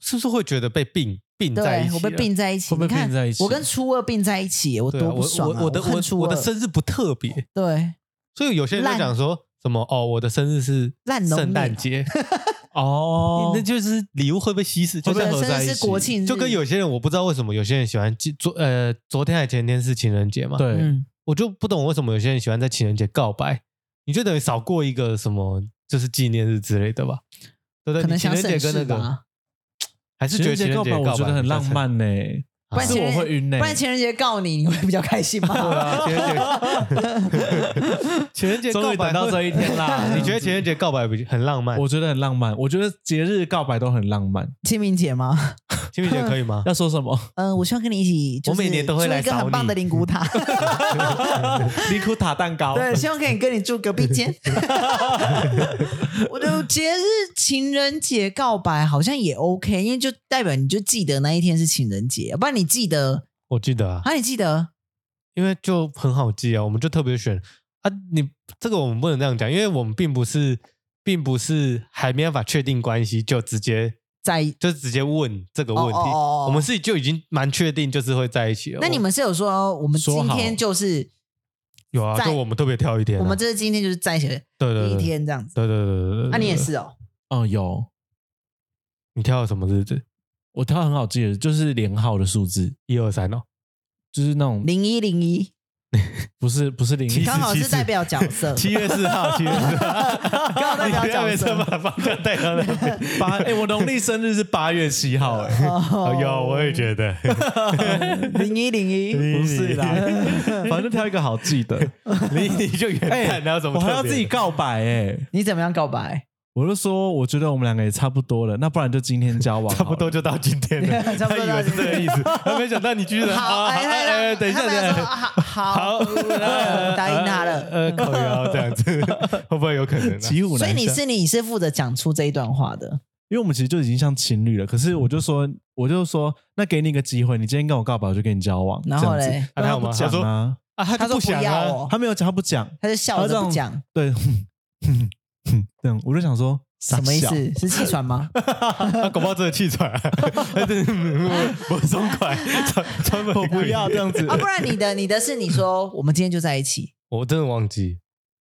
Speaker 4: 是不是会觉得被并并在
Speaker 1: 对
Speaker 4: 一起了？
Speaker 1: 我被并在一起，
Speaker 2: 会被
Speaker 1: 你看
Speaker 2: 并在一起
Speaker 1: 我跟初二并在一起，我
Speaker 4: 对啊、
Speaker 1: 多不爽
Speaker 4: 我
Speaker 1: 啊！
Speaker 4: 我我的
Speaker 1: 我恨
Speaker 4: 我
Speaker 1: 初
Speaker 4: 我的
Speaker 1: 二
Speaker 4: 生日不特别，
Speaker 1: 对
Speaker 4: 所以有些人就
Speaker 1: 烂
Speaker 4: 讲说什么哦，我的生日是
Speaker 1: 烂农历啊
Speaker 4: 圣诞节， (laughs)
Speaker 2: 哦
Speaker 4: 那就是礼物会被稀释，就
Speaker 1: 我
Speaker 4: 是
Speaker 1: 的
Speaker 2: 合
Speaker 1: 生
Speaker 2: 在
Speaker 1: 日
Speaker 2: 一
Speaker 1: 是
Speaker 2: 起
Speaker 1: 国庆日，
Speaker 4: 就跟有些人我不知道为什么有些人喜欢记昨呃昨天还前天是情人节嘛，
Speaker 2: 对、
Speaker 1: 嗯，
Speaker 4: 我就不懂为什么有些人喜欢在情人节告白，你就等于少过一个什么，就是纪念日之类的吧？对不对？
Speaker 1: 可能
Speaker 4: 你情
Speaker 1: 想
Speaker 4: 人节
Speaker 1: 省
Speaker 4: 跟那
Speaker 1: 事
Speaker 4: 个
Speaker 1: 吧。
Speaker 4: 还是
Speaker 2: 情
Speaker 4: 觉
Speaker 2: 人
Speaker 4: 得情
Speaker 2: 节告
Speaker 4: 人节
Speaker 2: 白，我觉得很浪
Speaker 4: 比
Speaker 2: 漫呢、
Speaker 1: 不
Speaker 4: 啊
Speaker 1: 然
Speaker 2: 是
Speaker 1: 情
Speaker 2: 我
Speaker 1: 人
Speaker 2: 会晕呢、
Speaker 1: 不然情人节告你，你会比较开心吗？
Speaker 4: 较惨。对啊，情
Speaker 1: (laughs)
Speaker 4: 人节，情人节
Speaker 2: 终
Speaker 4: 告
Speaker 2: 于
Speaker 4: 白
Speaker 2: 等到这一天啦！
Speaker 4: (laughs) 你觉得情人节告白比很浪漫？
Speaker 2: (laughs) 我觉得很浪漫，我觉得节日告白都很浪
Speaker 4: (laughs)
Speaker 2: 漫。
Speaker 1: 清明节吗？
Speaker 4: 情人节可以吗？ (laughs)
Speaker 2: 要说什么？
Speaker 1: 嗯，我希望跟你一起，就
Speaker 4: 我每
Speaker 1: 是
Speaker 4: 年都会
Speaker 1: 住
Speaker 4: 来
Speaker 1: 一个
Speaker 4: 找
Speaker 1: 很棒
Speaker 4: 你
Speaker 1: 的灵骨
Speaker 4: (laughs)
Speaker 1: 塔。
Speaker 2: 尼古塔蛋糕， (laughs)
Speaker 1: 对，希望可以跟你住隔壁
Speaker 4: (laughs)
Speaker 1: 间。我的节日情人节告白好像也 OK，因为就代表你就记得那一天是情人节，不然你记得
Speaker 4: 我记得啊，
Speaker 1: 啊，你记得
Speaker 4: 因为就很好记啊，我们就特别选啊。你这个我们不能这样讲，因为我们并不是，并不是还没办法确定关系就直接
Speaker 1: 在。
Speaker 4: 就直接问这个问题。
Speaker 1: 哦哦哦哦
Speaker 4: 我们是就已经蛮确定，就是会在一起了。
Speaker 1: 那你们是有说哦我们
Speaker 2: 说
Speaker 1: 今
Speaker 2: 好
Speaker 1: 天就是
Speaker 4: 我有啊？
Speaker 1: 在
Speaker 4: 就我们特别挑一天啊、
Speaker 1: 我们这是今天就是在一起的
Speaker 4: 对对
Speaker 1: 第
Speaker 4: 对
Speaker 1: 一天这样子？
Speaker 4: 对对对对对对。
Speaker 1: 那你也，是哦，
Speaker 2: 哦，有
Speaker 4: 你挑了什么日子？
Speaker 2: 我挑很好记的，就是连号的数字，
Speaker 4: 一二 (laughs) 三哦，
Speaker 2: 就是那种
Speaker 1: 零一零一，
Speaker 2: 不是不是零
Speaker 4: 其
Speaker 1: (laughs)
Speaker 4: 实
Speaker 1: 刚好
Speaker 4: 其
Speaker 1: 是
Speaker 4: 实
Speaker 1: 代表角
Speaker 4: (laughs)
Speaker 1: 色。
Speaker 4: 七月四号，七月四号，
Speaker 1: (laughs) 刚好代表
Speaker 4: 你不要每
Speaker 1: 角
Speaker 4: 次
Speaker 1: 色
Speaker 4: 把方向带到那
Speaker 1: (laughs)
Speaker 4: 边。
Speaker 2: 八，哎、我农历生日是八月七号、哎， (laughs)
Speaker 1: 哦
Speaker 4: (laughs) 哎呦，我也觉
Speaker 1: (laughs)
Speaker 4: 得
Speaker 1: 零一零
Speaker 4: (laughs)
Speaker 1: 一，
Speaker 2: 不
Speaker 1: (laughs)
Speaker 2: 是啦，反正挑一个好记 (laughs) 的。
Speaker 4: 你你就元
Speaker 2: 哎
Speaker 4: 旦，然后怎么
Speaker 2: 我还要
Speaker 4: 特别
Speaker 2: 自己
Speaker 4: 的
Speaker 2: 告白哎、
Speaker 1: 你怎么样告白？
Speaker 2: 我就说我觉得我们两个也差不多了，那不然就今天交往好 (laughs) 了，
Speaker 4: 差不多就到今天了
Speaker 1: (laughs) ，差不
Speaker 4: 他
Speaker 1: 多
Speaker 4: 以
Speaker 1: 到
Speaker 4: 为是
Speaker 1: 今天
Speaker 4: 这个意思，他没想到你居然
Speaker 1: (laughs) 好，
Speaker 4: 啊
Speaker 1: 哎，哎哎
Speaker 4: 哎
Speaker 1: 哎
Speaker 4: 等一下，
Speaker 1: 他
Speaker 4: 等
Speaker 1: 们要
Speaker 4: 一
Speaker 1: 说
Speaker 4: 下，
Speaker 1: 啊好，好，
Speaker 4: 呃
Speaker 1: 我答应他了。
Speaker 4: 呃，口谣这样子，
Speaker 1: (laughs)
Speaker 4: 会不会有可能啊？
Speaker 2: 骑虎
Speaker 1: 所
Speaker 2: 难
Speaker 1: 以
Speaker 2: 下。
Speaker 1: 你是你是负责讲出这一段话的，
Speaker 2: 因为我们其实就已经像情侣了，可是我就说，我就说，那给你一个机会，你今天跟我告白，我就跟你交往。
Speaker 1: 然后
Speaker 2: 这样
Speaker 1: 嘞
Speaker 2: 子，但
Speaker 4: 啊他
Speaker 2: 他
Speaker 4: 有吗
Speaker 2: 不讲啊，
Speaker 4: (laughs) 啊，他
Speaker 1: 他
Speaker 4: 就
Speaker 1: 说
Speaker 4: 不
Speaker 1: 不
Speaker 4: 想
Speaker 1: 要
Speaker 4: 啊，
Speaker 1: 哦，
Speaker 2: 他没有讲，他不讲，
Speaker 1: 他就笑着不
Speaker 2: 他这样
Speaker 1: 讲，
Speaker 2: 对，哼哼哼这样，我就想说
Speaker 1: 什么意？
Speaker 2: 傻笑
Speaker 1: 思？是气喘吗？
Speaker 4: 他搞不好真的气喘啊，他真的我我松快，穿穿
Speaker 2: 我不要这，
Speaker 1: (laughs)
Speaker 2: 样子
Speaker 1: 啊，，不然你的你的是你说我们今天就在一起，
Speaker 4: 我真的忘记，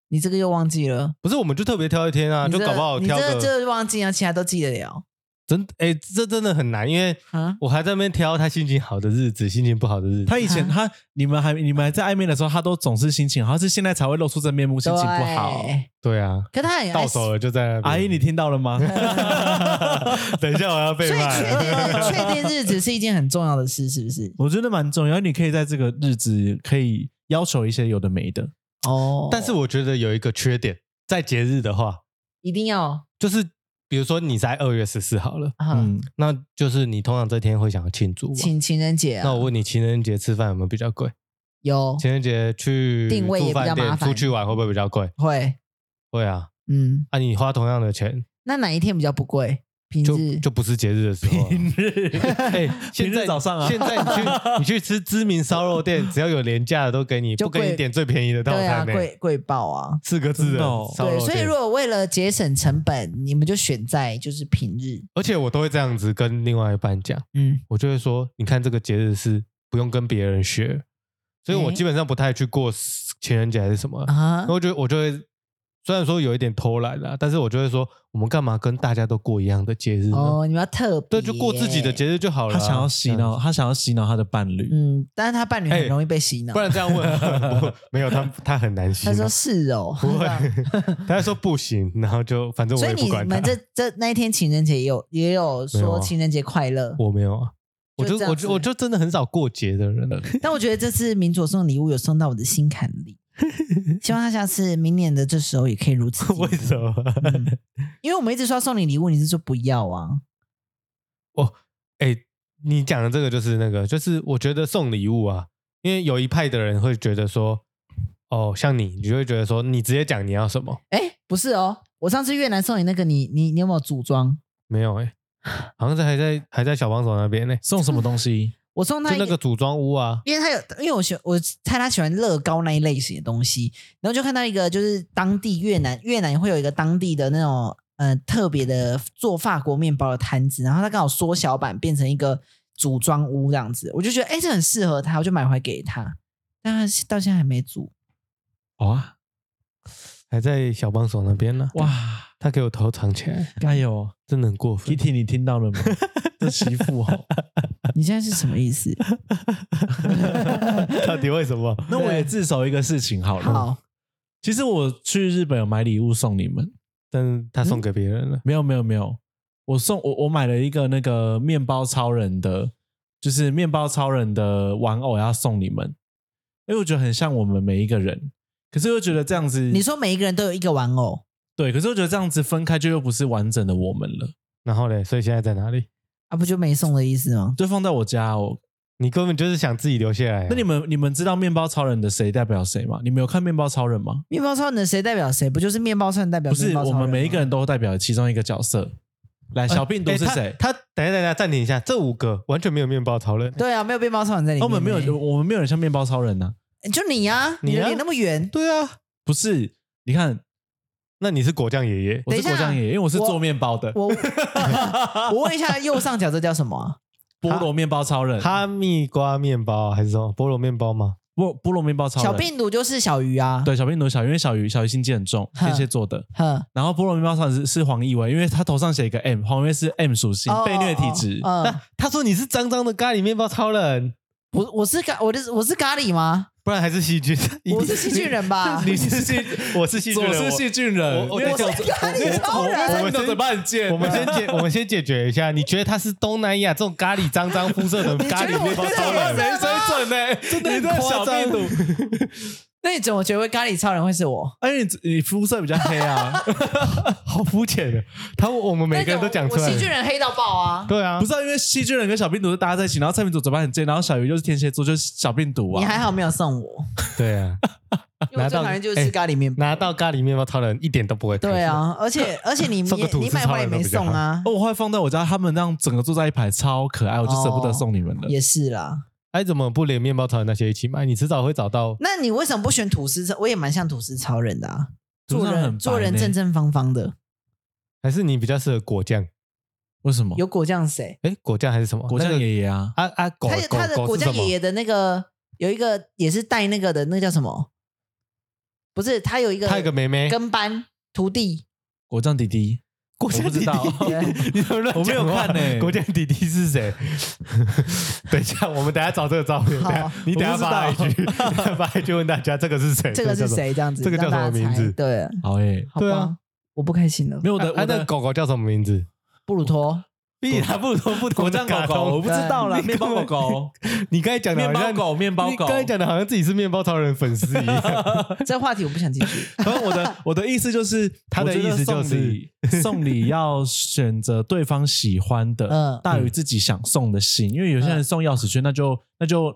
Speaker 1: 你这个又忘记了，
Speaker 4: 不是，我们就特别挑一天啊，
Speaker 1: 你
Speaker 4: 就
Speaker 1: 这
Speaker 4: 搞不好
Speaker 1: 你
Speaker 4: 挑
Speaker 1: 这
Speaker 4: 个
Speaker 1: 这个忘记啊，其他都记得了
Speaker 4: 真哎，这真的很难，因为
Speaker 1: 啊。
Speaker 4: 我还在那边挑他心情好的日子，心情不好的日子，
Speaker 2: 他以前
Speaker 1: 啊
Speaker 2: 他你们还你们还在暧昧的时候，他都总是心情好，他是现在才会露出真面目，心情不好。
Speaker 1: 对，
Speaker 4: 对啊，
Speaker 1: 可他很爱
Speaker 4: 到手了就在那边
Speaker 2: 阿姨，你听到
Speaker 1: (laughs)
Speaker 2: 了吗？
Speaker 4: 等一下我要被
Speaker 1: 所以
Speaker 4: 骂
Speaker 1: 确定
Speaker 4: 了。
Speaker 1: 确定日子是一件很重要的事，是不是？
Speaker 2: 我觉得蛮重要，你可以在这个日子可以要求一些有的没的。
Speaker 1: 哦，
Speaker 4: 但是我觉得有一个缺点，在节日的话，
Speaker 1: 一定要
Speaker 4: 就是比如说你在二月十四好了，
Speaker 1: 啊，
Speaker 2: 嗯，
Speaker 4: 那就是你通常这天会想要庆祝嘛。
Speaker 1: 情情人节啊，
Speaker 4: 那我问你，情人节吃饭有没有比较贵？
Speaker 1: 有
Speaker 4: 情人节去
Speaker 1: 定位也
Speaker 4: 住
Speaker 1: 比较
Speaker 4: 饭
Speaker 1: 麻
Speaker 4: 店
Speaker 1: 烦
Speaker 4: 出去玩会不会比较贵？
Speaker 1: 会，
Speaker 4: 会啊，
Speaker 1: 嗯，
Speaker 4: 啊，你花同样的钱，
Speaker 1: 那哪一天比较不贵？平
Speaker 4: 就
Speaker 1: 日
Speaker 4: 就不是节日的时候
Speaker 1: (laughs)
Speaker 4: 啊、(laughs) 哎、现
Speaker 2: 平
Speaker 4: 在
Speaker 2: 日早上啊
Speaker 4: (laughs) 现在你去你去吃知名烧肉店，只要有廉价的都给你，
Speaker 1: 就
Speaker 4: 不给
Speaker 1: 贵
Speaker 4: 你点最便宜的套
Speaker 1: 对啊，
Speaker 4: 餐呢、
Speaker 1: 贵贵爆啊！
Speaker 4: 欸四个字
Speaker 2: 真的
Speaker 4: 的
Speaker 2: 哦
Speaker 4: 烧肉
Speaker 1: 对，
Speaker 4: 店。
Speaker 1: 所以如果为了节省成本，你们就选在就是平日，
Speaker 4: 而且我都会这样子跟另外一半讲，
Speaker 1: 嗯，
Speaker 4: 我就会说，你看这个节日是不用跟别人学，所以我
Speaker 1: 哎
Speaker 4: 基本上不太去过情人节还是什么。
Speaker 1: 啊
Speaker 4: 然，后我就我就会，虽然说有一点偷懒啦，但是我就会说，我们干嘛跟大家都过一样的节日呢？
Speaker 1: 哦，你们要特别，
Speaker 4: 对，就过自己的节日就好了啊。
Speaker 2: 他想要洗脑，他想要洗脑他的伴侣，
Speaker 1: 嗯，但是他伴侣
Speaker 4: 哎
Speaker 1: 很容易被洗脑
Speaker 4: 不。然这样问，不 (laughs) 没有他他很难洗
Speaker 1: 他
Speaker 4: 脑。
Speaker 1: 说是哦，
Speaker 4: 不会，他说不行，然后就反正
Speaker 1: (laughs)
Speaker 4: 我
Speaker 1: 所
Speaker 4: 也
Speaker 1: 以
Speaker 4: 不
Speaker 1: 你
Speaker 4: 管他
Speaker 1: 们。这这那一天情人节也有也有
Speaker 4: 没有
Speaker 1: 说
Speaker 4: 啊
Speaker 1: 情人节快乐，
Speaker 4: 我没有啊，我
Speaker 1: 就
Speaker 4: 就
Speaker 1: 这样
Speaker 4: 我就
Speaker 1: 子
Speaker 4: 我就真的很少过节的
Speaker 2: 嗯
Speaker 4: 人。
Speaker 1: 但我觉得这次明佐送的礼物有送到我的心坎里，希望他下次明年的这时候也可以如
Speaker 4: (laughs)
Speaker 1: 此。
Speaker 4: (laughs) 为
Speaker 1: (laughs)
Speaker 4: 什么？
Speaker 1: 嗯因为我们一直说要送你礼物，你是说不要啊？
Speaker 4: 哎、你讲的这个就是那个，就是我觉得送礼物啊，因为有一派的人会觉得说，哦，像你，你就会觉得说，你直接讲你要什么，
Speaker 1: 哎，不是哦，我上次越南送你那个，你你你有没有组装？
Speaker 4: 没有 (laughs) 哎、好像在还在还在小帮手那边呢、
Speaker 2: 送什么
Speaker 1: (laughs)
Speaker 2: 东西？
Speaker 1: 我送他
Speaker 4: 就
Speaker 1: 一
Speaker 4: 那个组装屋啊，
Speaker 1: 因为他有，因为我喜我猜他喜欢乐高那一类型的东西，然后就看到一个就是当地越南越南会有一个当地的那种呃特别的做法国面包的摊子，然后他刚好缩小版变成一个组装屋这样子，我就觉得哎、诶这很适合他，我就买回来给他，但他到现在还没煮，
Speaker 2: 好啊，
Speaker 4: 还在小帮手那边呢、哇，
Speaker 2: 哇，
Speaker 4: 他给我头藏起来，
Speaker 2: 哎呦
Speaker 4: 真的很过 (laughs) 分。
Speaker 2: ，Kitty，你听到
Speaker 1: (laughs)
Speaker 2: 了吗？这媳妇哦，
Speaker 1: 你现在是什么意
Speaker 4: (laughs)
Speaker 1: 思？
Speaker 4: 到底为什么？
Speaker 2: 那我也自首一个事情好了。
Speaker 1: 好，
Speaker 2: 其实我去日本有买礼物送你们，
Speaker 4: 但是他送给别人了。
Speaker 2: 没有没有没有，我送我我买了一个那个面包超人的，就是面包超人的玩偶要送你们，因为我觉得很像我们每一个人，可是又觉得这样子，
Speaker 1: 你说每一个人都有一个玩偶
Speaker 2: 对，可是我觉得这样子分开就又不是完整的我们了，
Speaker 4: 然后嘞，所以现在在哪里？
Speaker 1: 啊，不就没送的意思吗？
Speaker 2: 就放在我家哦。
Speaker 4: 你根本就是想自己留下来啊、
Speaker 2: 那你们你们知道面包超人的谁代表谁吗？你们有看面包超人吗？
Speaker 1: 面包超人的谁代表谁？不就是面包超人代表
Speaker 2: 不
Speaker 1: 面
Speaker 2: 是，
Speaker 1: 包超
Speaker 2: 我
Speaker 1: 人吗呃
Speaker 2: 们每一个人都代表其中一个角色。来，小病毒
Speaker 4: 哎
Speaker 2: 是
Speaker 4: 他
Speaker 2: 谁？
Speaker 4: 他等一下，等一下，暂停一下，这五个完全没有面包超人。
Speaker 1: 对啊，没有面包超人在里
Speaker 2: 哦我
Speaker 1: 面、欸
Speaker 2: 们没有，我们没有人像面包超人呐、
Speaker 1: 就你啊，你
Speaker 4: 你啊
Speaker 1: 的脸那么
Speaker 4: (laughs)
Speaker 1: 圆，
Speaker 4: 对啊，
Speaker 2: 不是？你看，
Speaker 4: 那你是果酱爷爷，
Speaker 2: 我
Speaker 1: 等
Speaker 2: 是
Speaker 1: 一下啊
Speaker 2: 果酱爷，因为我是
Speaker 1: 我
Speaker 2: 做面包的，
Speaker 1: 我 (laughs) 我问一下，右上角这叫什么啊、
Speaker 2: 菠萝面包超人，
Speaker 4: 哈密瓜面包啊还是什么菠萝面包吗？
Speaker 2: 菠菠萝面包超人，
Speaker 1: 小病毒就是小鱼啊。，
Speaker 2: 对小病毒小，因为小鱼小鱼心机很重，
Speaker 1: 哼
Speaker 2: 天蝎座的。
Speaker 1: 呵，
Speaker 2: 然后菠萝面包超人是是黄奕威，因为他头上写一个 M，黄奕威是 M 属性，
Speaker 1: 哦
Speaker 2: 被虐体质。
Speaker 1: 哦哦嗯
Speaker 4: 那、他说你是脏脏的咖喱面包超人，
Speaker 1: 我我是咖，我的我是咖喱吗？
Speaker 4: 不然还是细菌。
Speaker 1: 我是细菌人吧
Speaker 4: (laughs) 你是细，啊我是细菌
Speaker 2: 我
Speaker 4: 人。
Speaker 2: 是细菌人，
Speaker 4: 我我
Speaker 2: 因为
Speaker 4: 我是
Speaker 1: 咖喱
Speaker 2: 因为
Speaker 1: 超人
Speaker 2: 我我我你怎么很贱？
Speaker 4: (laughs) 我我们先解，我们先解决一下。你觉得他是东南亚这种咖喱脏脏肤色 (laughs) 的咖喱面包超人？
Speaker 1: 没水
Speaker 2: 准呢，真的
Speaker 4: 欸你这小病 (laughs)
Speaker 2: 毒。
Speaker 1: 那你怎么觉得咖喱超人会是我？
Speaker 2: 哎，你你肤色比较黑
Speaker 4: (laughs)
Speaker 2: 啊，
Speaker 4: 好肤浅的。他我们每个人都讲出
Speaker 1: 那
Speaker 4: 来
Speaker 1: 种我细菌
Speaker 4: 了。
Speaker 1: 人黑到爆啊！
Speaker 4: 对啊，
Speaker 2: 不是啊因为细菌人跟小病毒是搭在一起，然后蔡明祖嘴巴很贱，然后小鱼就是天蝎座，就是小病毒啊。
Speaker 1: 你还好没有送我，
Speaker 4: 对啊，
Speaker 1: 因为我
Speaker 4: 拿
Speaker 1: 最
Speaker 4: 到
Speaker 1: 讨厌就是吃咖喱面包。
Speaker 4: 拿到咖喱面包超人一点都不会。
Speaker 1: 对，啊，而且而且你
Speaker 4: 送个
Speaker 1: 也
Speaker 4: 吐司
Speaker 1: 你买回来也没送啊，
Speaker 2: 哦，我后来放在我家，他们那样整个坐在一排，超可爱，我就舍不得送你们了。
Speaker 1: 也是啦。
Speaker 4: 哎，怎么不连面包超人那些一起买？你迟早会找到。
Speaker 1: 那你为什么不选吐司超？我也蛮像吐司超人的啊，
Speaker 2: 吐司
Speaker 1: 做
Speaker 2: 超人很白
Speaker 1: 人做人
Speaker 2: 呢
Speaker 1: 正正方方的。
Speaker 4: 还是你比较适合果酱？
Speaker 2: 为什
Speaker 4: 哦
Speaker 2: 么？
Speaker 1: 有果酱谁？
Speaker 4: 哎，果酱还是什么？
Speaker 2: 果酱爷爷啊，
Speaker 4: 那个啊啊，狗
Speaker 1: 他
Speaker 4: 狗
Speaker 1: 他的
Speaker 4: 狗
Speaker 1: 果
Speaker 4: 是
Speaker 1: 酱
Speaker 4: 什
Speaker 1: 爷
Speaker 4: 么？
Speaker 1: 爷的那个有一个也是带那个的，那个叫什么？不是，他有一个
Speaker 4: 他有个妹妹，
Speaker 1: 跟班徒弟，
Speaker 2: 果酱弟弟，
Speaker 4: 果酱弟
Speaker 1: (laughs)
Speaker 4: 弟
Speaker 2: 我不知道
Speaker 4: (laughs) 你怎么乱
Speaker 2: 我没有
Speaker 4: 讲话
Speaker 2: 看欸
Speaker 4: 果酱弟弟是谁？ (laughs) 等一下，我们等一下找这个照片。
Speaker 1: 好
Speaker 4: 等一下你等一下发
Speaker 2: 我不
Speaker 4: IG，等一下 (laughs) 发 IG 问大家这个是谁？
Speaker 1: 这个是
Speaker 4: 叫什么？
Speaker 1: 谁？这样子，
Speaker 4: 这个叫
Speaker 1: 让大家
Speaker 4: 什么名字
Speaker 1: 猜对，
Speaker 2: 好诶，
Speaker 1: 好
Speaker 4: 对啊
Speaker 1: 吧，我不开心了
Speaker 4: (laughs)
Speaker 2: 没。有我的
Speaker 4: 啊啊
Speaker 2: 我
Speaker 4: 那
Speaker 2: 的
Speaker 4: 狗狗叫什么名字？
Speaker 1: 布鲁托，
Speaker 4: 你他啊不同不同
Speaker 2: 果
Speaker 4: 的
Speaker 2: 酱
Speaker 4: 卡
Speaker 2: 狗狗，我
Speaker 4: 通
Speaker 2: 不，知道啦，
Speaker 4: 对
Speaker 2: 面包狗狗，
Speaker 4: 你刚才讲的
Speaker 2: 面
Speaker 4: 好
Speaker 2: 包
Speaker 4: 像
Speaker 2: 狗，面包
Speaker 4: 你
Speaker 2: 狗。
Speaker 4: 刚才讲的好像自己是面包超人粉丝一 (laughs) 样。
Speaker 1: 这话题我不想进去。
Speaker 2: 反正我的我的意思就是，
Speaker 4: 他的
Speaker 2: 我觉得
Speaker 4: 意思就是
Speaker 2: 送礼送礼要选择对方喜欢的
Speaker 1: 嗯，
Speaker 2: 大于自己想送的心，因为有些人送钥匙圈，那就那就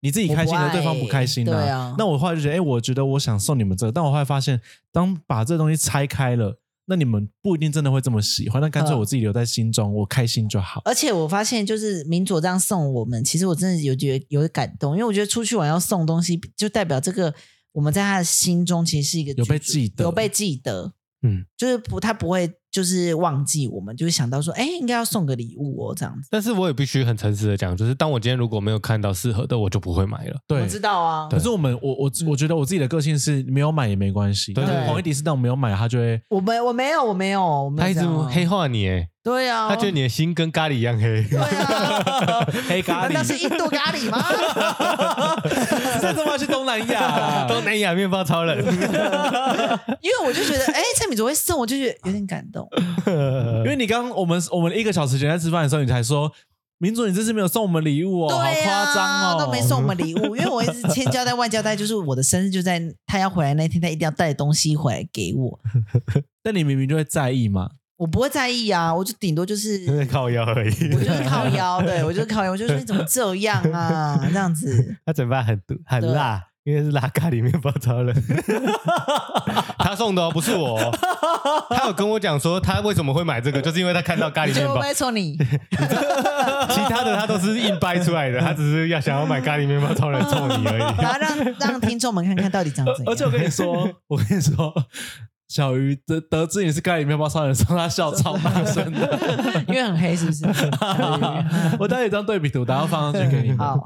Speaker 2: 你自己开心
Speaker 1: 我不
Speaker 2: 的，
Speaker 1: 爱
Speaker 2: 对方不开心
Speaker 1: 对啊
Speaker 2: 那我后来就觉得，哎，我觉得我想送你们这个，但我后来发现，当把这东西拆开了，那你们不一定真的会这么喜欢，那干脆
Speaker 1: 嗯
Speaker 2: 我自己留在心中，我开心就好。
Speaker 1: 而且我发现，就是明佐这样送我们，其实我真的有觉得有感动，因为我觉得出去玩要送东西，就代表这个我们在他的心中其实是一个
Speaker 2: 有被
Speaker 1: 居住
Speaker 2: 记得
Speaker 1: 有被记得，
Speaker 4: 嗯，
Speaker 1: 就是不他不会就是忘记我们，就是想到说，哎，应该要送个礼物哦，这样子。
Speaker 4: 但是我也必须很诚实的讲，就是当我今天如果没有看到适合的，我就不会买了。
Speaker 2: 对
Speaker 1: 我，知道啊，
Speaker 2: 可是我们我我我觉得我自己的个性是没有买也没关系，
Speaker 4: 对
Speaker 2: 但是黄一迪是那种没有买，他就会
Speaker 1: 我没我没有我没有我没
Speaker 4: 他
Speaker 1: 有
Speaker 4: 一
Speaker 1: 这
Speaker 4: 直
Speaker 1: 样啊
Speaker 4: 黑化你，哎，
Speaker 1: 对啊，
Speaker 4: 他觉得你的心跟咖喱一样黑。 (laughs)
Speaker 1: 对啊，
Speaker 2: 黑
Speaker 1: (laughs)
Speaker 2: 咖
Speaker 1: 难道是
Speaker 2: 喱。
Speaker 1: 印度咖喱吗？
Speaker 4: (laughs)
Speaker 2: 这他妈去东南 (laughs) 亚
Speaker 4: 东南亚面包超人，
Speaker 1: (laughs)
Speaker 4: (laughs)
Speaker 1: 因为我就觉得，哎，蔡米卓会送，我就觉得有点感动。
Speaker 2: 因为你刚我们我们一个小时前在吃饭的时候，你才说民主你这次没有送我们礼物哦，好
Speaker 1: 对啊
Speaker 2: 夸张哦，
Speaker 1: 都没送我们礼物，因为我一直千交代万交代，就是我的生日就在他要回来那天，他一定要带东西回来给我，
Speaker 2: 但你明明就会在意嘛，
Speaker 1: 我不会在意啊，我就顶多
Speaker 2: (laughs)
Speaker 1: 就是。
Speaker 4: 靠腰而已。
Speaker 1: 我就是靠腰，对我就是靠腰，我就说你怎么这样啊，
Speaker 2: (laughs)
Speaker 1: 这样子，
Speaker 4: 他嘴巴很毒
Speaker 1: 啊
Speaker 4: 很辣，因为是辣咖喱面包超人。 (laughs) 他送的哦，不是我哦。他有跟我讲说，他为什么会买这个，就是因为他看到咖喱
Speaker 1: 就
Speaker 4: 面
Speaker 1: 会不
Speaker 4: 包，
Speaker 1: 会送你？
Speaker 4: 其他的他都是硬掰出来的，他只是要想要买咖喱面包超人送你而已。
Speaker 1: 然后让让听众们看看到底长怎
Speaker 2: (laughs) 而且我
Speaker 1: 样。
Speaker 2: 跟
Speaker 1: (laughs)
Speaker 2: 你说，我跟你说。小鱼得得知你是咖喱面包超人，说他笑超大声
Speaker 1: (laughs)
Speaker 2: 的。
Speaker 1: 因为很黑，是不
Speaker 2: (laughs)
Speaker 1: 是？
Speaker 2: 我带一张对比图，然后放上去给你们。
Speaker 1: 好，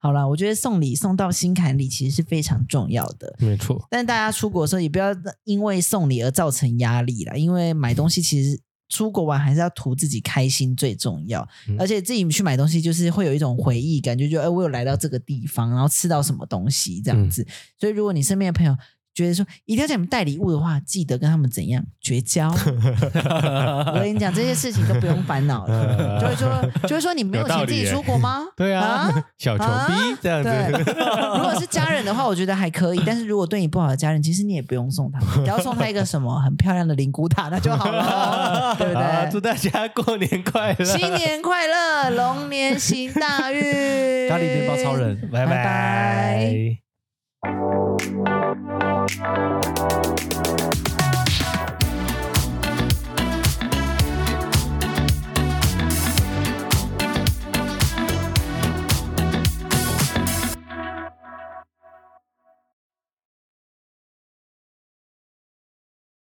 Speaker 1: 好了，我觉得送礼送到心坎里其实是非常重要的。
Speaker 4: (laughs) 没错，
Speaker 1: 但大家出国的时候也不要因为送礼而造成压力啦，因为买东西其实出国玩还是要图自己开心最重要，
Speaker 4: 嗯
Speaker 1: 而且自己去买东西就是会有一种回忆感，就觉得哎、我有来到这个地方，然后吃到什么东西这
Speaker 4: 嗯
Speaker 1: 样子。所以如果你身边的朋友觉得说一定要叫你们带礼物的话，记得跟他们怎样绝交。我跟你讲，这些事情都不用烦恼
Speaker 4: (laughs)
Speaker 1: 了，就会说就会说你没有
Speaker 4: 有道
Speaker 1: 钱
Speaker 4: 理
Speaker 1: 自己
Speaker 4: 耶 (laughs)
Speaker 1: 出国吗？
Speaker 4: 对啊，小穷逼
Speaker 1: 啊
Speaker 4: (laughs) 这样子。
Speaker 1: 对， (laughs) 如果是家人的话，我觉得还可以。但是如果对你不好的家人，其实你也不用送他，只要送他一个什么很漂亮的灵骨塔，那就好了，对不
Speaker 4: 啊祝
Speaker 1: 对？
Speaker 4: 大家过年快乐！
Speaker 1: 新年快乐，龙年行大运！
Speaker 2: 咖喱面包超人，
Speaker 4: 拜
Speaker 1: 拜
Speaker 4: 拜
Speaker 1: 拜